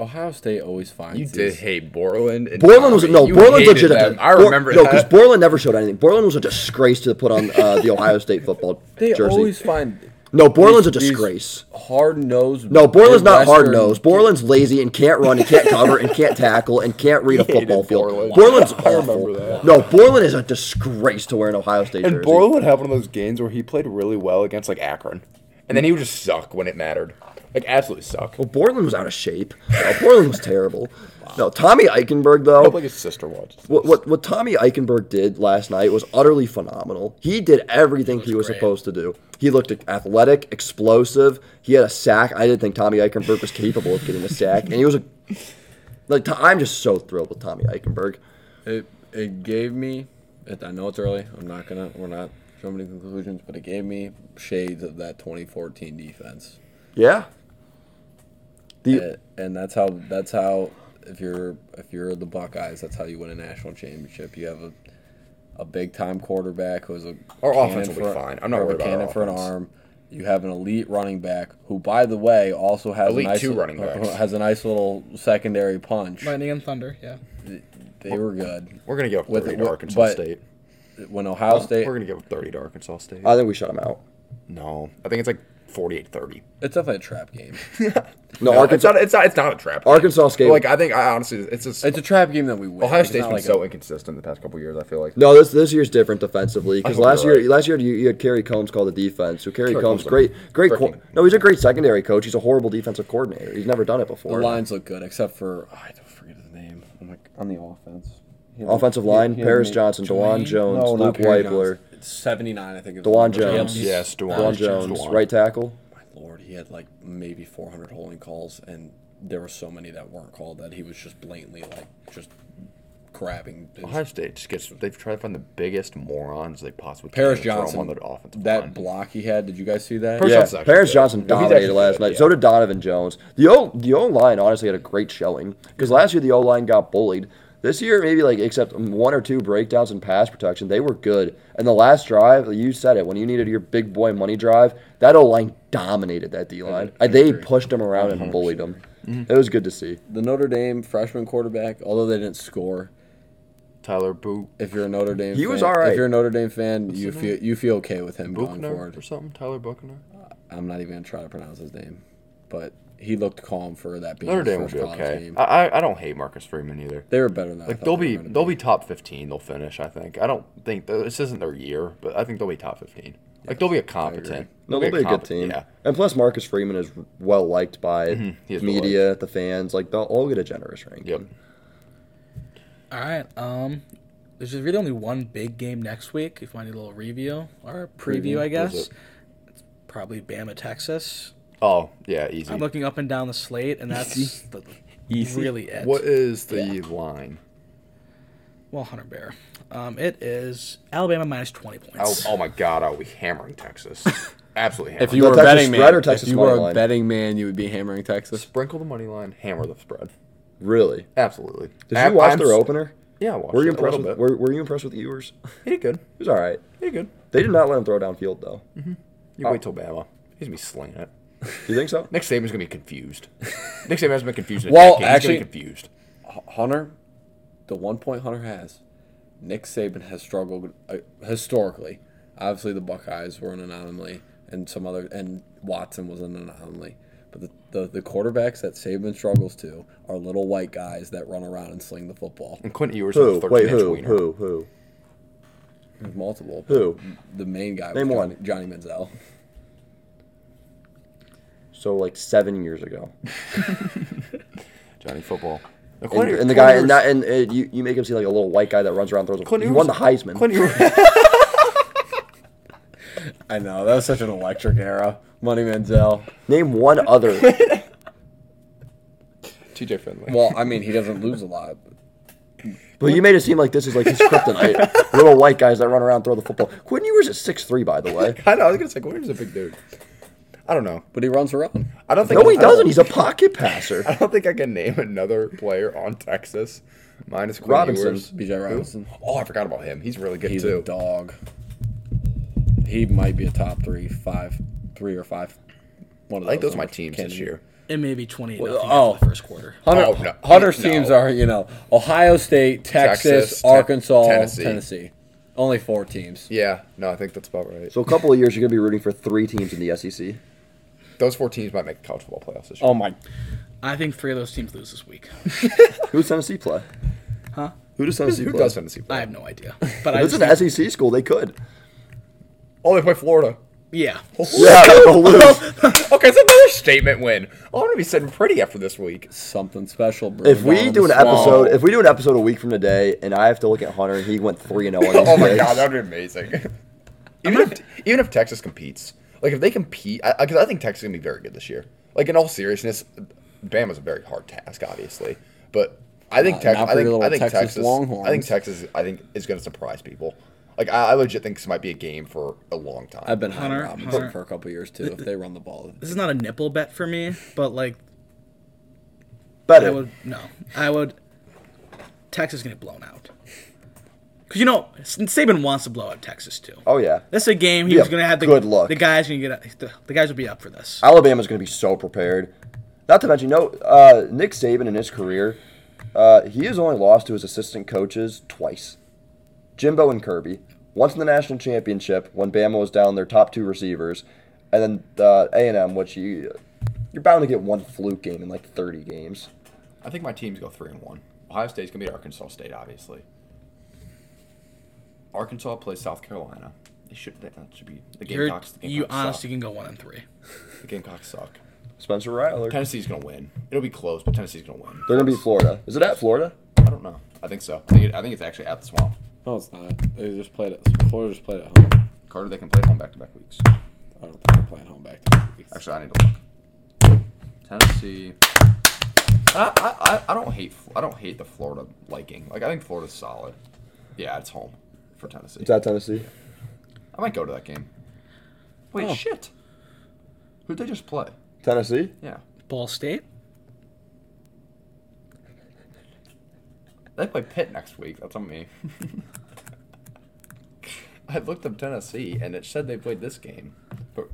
E: Ohio State always finds
C: You did
E: these-
C: hate Borland. And
D: Borland was
C: Tommy.
D: no
C: You
D: Borland's
C: hated
D: legit.
C: them. I
D: Bor-
C: remember
D: no
C: that.
D: because Borland never showed anything. Borland was a disgrace to put on uh, the Ohio State football
E: They
D: jersey.
E: always find
D: no, Borland's a
E: these- these
D: disgrace.
E: Hard-nosed.
D: No, Borland's not
E: Midwestern-
D: hard nosed. Borland's lazy and can't run and can't cover and can't tackle and can't read a football field.
C: Borland.
D: Borland's
C: I remember
D: awful.
C: that.
D: No, Borland is a disgrace to wear an Ohio State
C: And
D: jersey.
C: Borland would have one of those games where he played really well against like Akron, and then he would just suck when it mattered, like absolutely suck.
D: well, Borland was out of shape. No, Borland was terrible. No, Tommy Eichenberg
B: Oh.
D: though.
C: Hope like his sister watched.
D: What, what what Tommy Eichenberg did last night was utterly phenomenal. He did everything he was
A: great.
D: supposed to do. He looked athletic, explosive. He had a sack. I didn't think Tommy Eichenberg was capable of getting a sack, and he was a like. To, I'm just so thrilled with Tommy Eichenberg.
B: It it gave me. It, I know it's early. I'm not gonna. We're not jumping to conclusions, but it gave me shades of that 2014 defense.
D: Yeah. The,
B: It- and that's how. That's how. If you're if you're the Buckeyes, that's how you win a national championship. You have a a big time quarterback who's a
C: Our
B: cannon
C: offense will be
B: for-
C: fine. I'm not
B: or a
C: worried about our
B: cannon for an
C: offense.
B: arm. You have an elite running back who, by the way, also has
C: Elite
B: a nice
C: two
B: li-
C: running backs.
B: has a nice little secondary punch.
A: Lightning and Thunder, yeah.
B: They were good.
C: We're gonna go
B: With-
C: 30
B: with-
C: to Arkansas
B: but-
C: State.
B: When Ohio State, Uh,
C: We're gonna go 30 to Arkansas State.
D: I think we shut him out.
C: no, I think it's like 48-30.
B: it's definitely a trap game.
C: No,
D: No,
C: it's
D: Arkansas.
C: not. It's not. It's not a trap.
D: Arkansas State.
C: Like I think I honestly, it's just
B: It's a trap game that we win.
C: Ohio
B: It's
C: State's
B: not
C: been
B: like a-
C: so inconsistent the past couple years. I feel like
D: No, this this year's different defensively because
C: hope
D: last
C: you're
D: year last year you, you had Kerry Combs call the defense. So Kerry
C: Kerry
D: Combs,
C: Combs a
D: great great. Co-
C: freaking-
D: no, he's a great secondary coach. He's a horrible defensive coordinator. He's never done it
B: The
D: before.
B: lines look good, except for oh, I don't forget his name. I'm like on the offense. He had-
D: Offensive
B: he-
D: line:
B: he had
D: Paris
B: made-
D: Johnson, Dewan
A: Jermaine?
D: Jones,
B: No,
D: Luke
B: not Perry
D: Weibler,
B: Johnson. It's 79, I think. Is the
D: Dewan
B: number. He had-
D: Jones.
C: Yes, Dewan
D: Dewan
C: Jones,
D: Jones,
C: Dewan.
D: right tackle.
B: My lord, he had like maybe 400 holding calls, and there were so many that weren't called that he was just blatantly like just grabbing. his-
C: Ohio State just gets. They've tried to find the biggest morons they possibly can.
B: Paris
C: to throw 'em
B: Johnson,
C: on the offensive
B: that
C: line.
B: block he had. Did you guys see that?
C: Paris
D: Yeah,
C: Johnson's actually
D: Paris
C: good.
D: Johnson
C: No, he's
D: dominated
C: actually
D: last
C: good,
D: night.
C: yeah.
D: So did Donovan Jones. The O the O line honestly had a great showing because last year the O line got bullied. This year, maybe like except one or two breakdowns in pass protection, they were good. And the last drive, you said it when you needed your big boy money drive, that O line dominated that D line.
C: Mm-hmm.
D: They pushed them around and bullied them. It was good to see.
B: The Notre Dame freshman quarterback, although they didn't score,
C: Tyler Boot.
B: if you're a Notre Dame,
D: He was
B: fan-
D: alright.
B: If you're a Notre Dame fan, you
C: the
B: feel you feel okay with him going
C: Buchner or
B: forward.
C: something, Tyler Buchner.
B: I'm not even gonna try to pronounce his name, but he looked calm for that being
C: Notre
B: his
C: Dame will
B: first
C: be
B: college
C: okay.
B: game.
C: I, I I don't hate Marcus Freeman either.
B: They were better than I
C: Like
B: thought
C: they'll
B: they
C: be
B: were gonna
C: they'll be top fifteen. They'll finish. I think. I don't think this isn't their year, but I think they'll be top fifteen. like they'll be a competent.
D: No, they'll be a good
C: comp-
D: team.
C: Yeah. Mm-hmm.
D: And plus, Marcus Freeman is well liked by
C: he is
D: media, the fans. Like they'll all get a generous ranking.
C: Yep.
A: All right. Um, there's just really only one big game next week. If you want a little review or preview, I guess
C: it?
A: it's probably Bama Texas.
C: Oh yeah, easy.
A: I'm looking up and down the slate, and that's the, really it.
C: What is the line?
A: Well, Hunter Bear. Um, it is Alabama minus 20
C: Oh,
A: points.
C: oh my God! Are we hammering Texas? Absolutely. Hammering.
B: If you
D: The
B: were
D: Texas
B: a betting
D: spread
B: man,
D: or Texas
B: if you were
D: money
B: a
D: line?
B: betting man, you would be hammering Texas.
C: sprinkle the money line, hammer the spread.
D: Really?
C: Absolutely.
D: Did
C: I-
D: you watch
C: I'm
D: their
C: s-
D: opener?
C: Yeah, I watched
D: Were you
C: it a
D: impressed
C: little
D: with
C: bit.
D: were, were you impressed with the Ewers?
C: He
D: It
C: did good.
D: was all right.
C: He did good.
D: They did not let him throw downfield though.
C: You wait
D: Oh.
C: till Bama. He's gonna be slinging it.
D: You think so?
C: Nick Saban's gonna be confused. Nick Saban has been confused. In a
B: Well,
C: decade. He's
B: actually-
C: gonna be confused.
B: Hunter, the one point Hunter has, Nick Saban has struggled uh, historically. Obviously, the Buckeyes were an anomaly, and some other, and Watson was an anomaly. But the, the, the quarterbacks that Saban struggles to are little white guys that run around and sling the football.
C: And Quentin Ewers
D: Who?
C: is a 13
D: Wait,
C: inch
D: who?
C: wiener.
D: Who? Who?
B: There's multiple. but
D: Who?
B: The main guy was
D: Name
B: Johnny,
D: one.
B: Johnny Manziel.
D: So like seven years ago,
C: Johnny football. And,
D: and, and the guy and that and, uh you, you make him seem like a little white guy that runs around and throws.
C: Quentin
D: A, he
C: Ewers-
D: won the Heisman.
C: Quentin Ewers.
B: I know that was such an electric era. Money Manziel.
D: Name one other.
C: TJ Finley.
B: Well, I mean, he doesn't lose a lot.
D: But you made it seem like this is like his kryptonite. Little white guys that run around and throw the football. Quentin Ewers is six three, by the way.
C: I know. I was gonna say Quentin Ewers is a big dude. I don't know.
B: But he runs around.
C: I don't think.
D: No, he
C: I don't-
D: doesn't. He's a pocket passer.
C: I don't think I can name another player on Texas minus Quinn
B: Robinson.
C: Ewers.
B: B.J.
C: Who?
B: Robinson.
C: Oh, I forgot about him. He's really good
B: He's
C: too.
B: a dog. He might be a top three, five, three or five. One of
C: I think those
B: on
C: are my
B: the
C: teams
B: Canada.
C: this year.
A: It may be 28
B: Well,
A: nothing
B: oh.
A: after the first quarter.
B: Hunter,
C: Oh, no.
B: Hunter's
C: No.
B: teams are you know Ohio State, Texas,
C: Texas, Te-
B: Arkansas,
C: Tennessee.
B: Tennessee. Only four teams.
C: Yeah, no, I think that's about right.
D: So a couple of years, you're gonna be rooting for three teams in the E SEC.
C: Those four teams might make the college football playoffs this year.
B: Oh my!
A: I think three of those teams lose this week.
D: Who does Tennessee play?
A: Huh?
D: Who does Tennessee
C: Who
D: play?
C: does Tennessee
A: I
C: play?
A: have no idea. But I
D: If it's
A: just,
D: an SEC school. They could.
C: Oh, they play Florida.
A: yeah.
D: Yeah, they'll lose.
C: Okay, it's another statement win. Oh, I'm gonna be sitting pretty after this week.
B: Something special, bro.
D: If we do an
C: Swamp.
D: episode, if we do an episode a week from today, and I have to look at Hunter, and he went three and zero.
C: Oh my god, that'd be amazing. even if even if Texas competes, like if they compete, because I, 'cause I think Texas is gonna be very good this year. Like in all seriousness, Bama's a very hard task, obviously, but I think
B: Not-
C: Texas,
B: not
C: I
B: for your
C: think,
B: little
C: I think
B: Texas
C: Texas, I think
B: Longhorns.
C: Texas, I think is gonna surprise people. Like I, I legit think this might be a game for a long time.
B: I've been Hunter,
A: Hunter,
B: Robinson
A: Hunter.
B: for a couple years too. If they run the ball,
A: This is not a nipple bet for me, but like I
D: Better.
A: would no. I would. Texas gonna get blown out. Cause you know Saban wants to blow out Texas too.
D: Oh yeah.
A: This is a game he
D: Yeah,
A: was gonna have the
D: good luck.
A: The guys gonna get the, the guys will be up for this.
D: Alabama's going to be so prepared. Not to mention, no, uh, Nick Saban in his career, uh, he has only lost to his assistant coaches twice Jimbo and Kirby. Once in the national championship when Bama was down their top two receivers, and then uh, A&M, which you, you're bound to get one fluke game in like 30 games.
C: I think my teams go three and one. Ohio State's gonna beat Arkansas State, obviously. Arkansas plays South Carolina. They should that that should be the
A: You're,
C: Gamecocks. The Gamecocks
A: you honestly
C: suck.
A: can go one and three.
C: the Gamecocks suck.
D: Spencer Rattler. They're
C: Tennessee's gonna win. It'll be close, but Tennessee's gonna win.
D: going to be Florida. Is it at Florida?
C: I don't know. I think so. I think, it, I think it's actually at the swamp.
E: No, it's not. They just played at Florida. Just played at home.
C: Carter, they can play home back to back weeks.
E: I don't think they're playing home back to back weeks.
C: Actually, I need to look. Tennessee. I, I, I- I don't hate Fl- I don't hate the Florida liking. Like I think Florida's solid. Yeah, it's home for Tennessee.
D: It's at Tennessee.
C: I might go to that game. Wait, shit. Who'd they just play?
D: Tennessee?
C: Yeah.
A: Ball State.
C: They play Pitt next week. That's on me. I looked up Tennessee and it said they played this game. But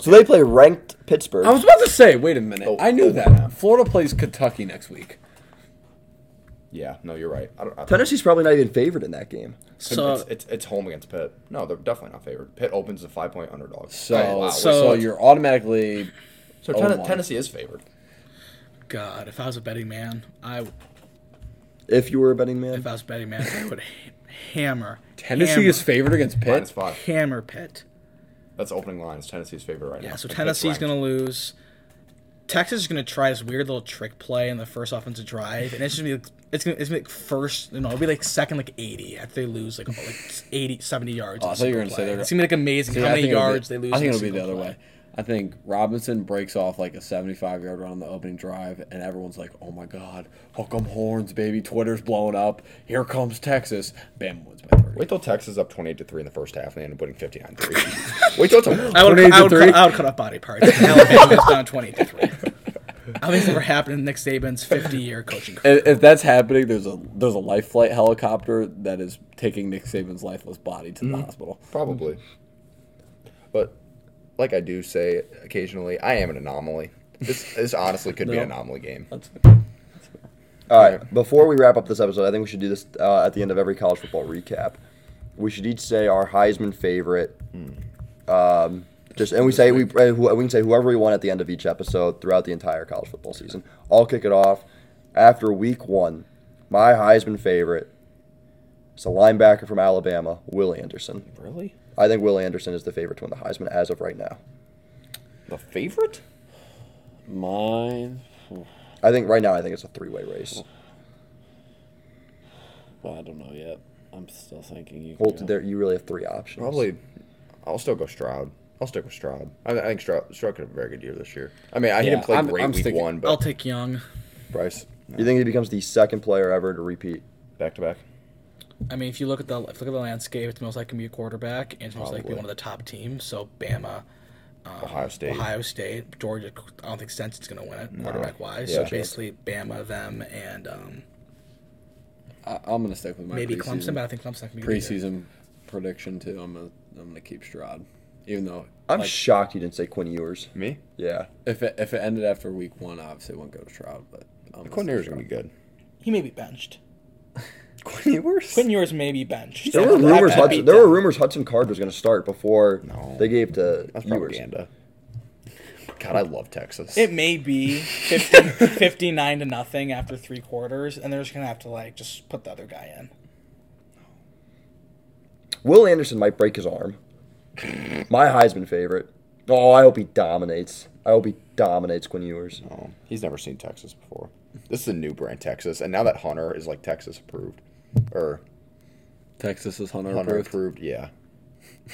D: So they play ranked Pittsburgh.
B: I was about to say, wait a minute.
C: Oh,
B: I knew
C: oh,
B: that.
C: yeah.
B: Florida plays Kentucky next week.
C: Yeah, no, you're right. I don't, I don't,
D: Tennessee's probably not even favored in that game.
A: So
C: it's, it's it's home against Pitt. No, they're definitely not favored. Pitt opens a five point underdog.
B: So,
C: Right, wow.
B: so, you're automatically.
C: So
B: oh
C: Ten-
B: my.
C: Tennessee is favored.
A: God, if I was a betting man, I
D: If you were a betting man.
A: if I was a betting man, I would hammer.
B: Tennessee
A: hammer,
B: is favored against Pitt.
C: Minus five.
A: hammer pit.
C: That's the opening line. It's Tennessee's favorite right now.
A: Yeah, so
C: And Pitt's
A: Tennessee's
C: ranked.
A: going to lose. Texas is going to try this weird little trick play in the first offensive drive, and it's just gonna be like, it's gonna, it's gonna be like first, you know, it'll be like second, like eighty after they lose like about like 80, 70 yards.
B: Oh, I
A: in a
B: thought you were
A: single
B: gonna say
A: play.
B: they're-
A: it's gonna be like amazing
B: See,
A: how
B: I
A: many
B: think it'll be-
A: yards they lose.
B: I
A: in
B: think
A: a
B: it'll be the
A: single
B: other
A: play.
B: way. I think Robinson breaks off like a 75 yard run on the opening drive, and everyone's like, oh my God, hook 'em horns, baby. Twitter's blowing up. Here comes Texas. Bam wins by 30.
C: Wait till Texas is up twenty eight to three in the first half and they end up winning fifty nine three. Wait till it's a
A: I would,
B: 28 to
A: I, would
B: three.
A: cut, I would cut off body parts. Alabama is down twenty to three. I don't think it's ever happened in Nick Saban's 50-year coaching career.
B: If, if that's happening, there's a there's a life flight helicopter that is taking Nick Saban's lifeless body to the
A: Mm-hmm.
B: hospital.
C: Probably. But like I do say occasionally, I am an anomaly. This, this honestly could be an anomaly game.
D: All right. Before we wrap up this episode, I think we should do this uh, at the end of every college football recap. We should each say our Heisman favorite. Um, just and we say we uh, who- we can say whoever we want at the end of each episode throughout the entire college football season. I'll kick it off after week one. My Heisman favorite is a linebacker from Alabama, Will Anderson.
B: Really?
D: I think Will Anderson is the favorite to win the Heisman as of right now.
C: The favorite?
B: Mine. oh,
D: I think right now I think it's a three-way race.
B: Well, I don't know yet. I'm still thinking you.
D: Well,
B: go.
D: there you really have three options.
C: Probably. I'll still go Stroud. I'll stick with Stroud. I, I think Stroud, Stroud could have a very good year this year. I mean, I he
B: Yeah,
C: didn't play
B: I'm-
C: great
B: I'm
C: week
B: sticking-
C: one,
A: I'll
C: but
A: take Young.
C: Bryce
D: You think he becomes the second player ever to repeat?
C: back to back.
A: I mean, if you look at the if you look at the landscape, it's most likely to be a quarterback, and it's most likely to be
C: Probably.
A: one of the top teams. So Bama,
C: Ohio State.
A: Ohio State, Georgia. I don't think Sense is going to win it quarterback wise.
C: Yeah,
A: so
C: sure.
A: basically, Bama, them, and um,
B: I, I'm gonna stick with my
A: maybe Clemson.
B: preseason-
A: But I think Clemson can be good.
B: preseason prediction too. I'm gonna I'm gonna keep Stroud, even though
D: I'm
B: like,
D: shocked you didn't say Quinn Ewers.
C: Me?
D: Yeah.
B: if it, if it ended after week one, obviously it wouldn't go to Stroud. But I'm
C: The
B: gonna
C: coordinator's
B: stick
C: going to be good.
A: He may be benched.
C: Quinn Ewers?
A: Quinn Ewers may be benched.
D: There were
A: After that
D: rumors.
A: bad
D: Hudson,
A: beatdown.
D: there were rumors Hudson Card was going to start before
C: No.
D: they gave to
C: That's
D: Ewers.
C: propaganda. God, I love Texas.
A: It may be 50, 59 to nothing after three quarters, and they're just gonna have to like just put the other guy in.
D: Will Anderson might break his arm. My Heisman favorite. Oh, I hope he dominates. I hope he dominates Quinn Ewers.
C: Oh, he's never seen Texas before. This is a new brand, Texas, and now that Hunter is like Texas approved, or
B: Texas is Hunter,
C: Hunter
B: approved.
C: approved, yeah,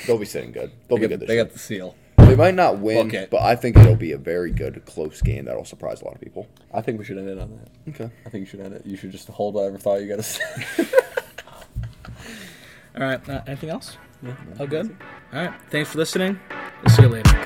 C: they'll be sitting good. They'll
F: They
C: be good
F: got,
C: this
F: they
C: year.
F: got the seal.
C: they might not win,
F: Bucket.
C: but I think it'll be a very good close game that'll surprise a lot of people.
B: I think we should end it on that.
C: Okay.
B: I think you should end it. You should just hold whatever thought you got to say.
A: All right. Uh, anything else? All good. All right. Thanks for listening. We'll see you later.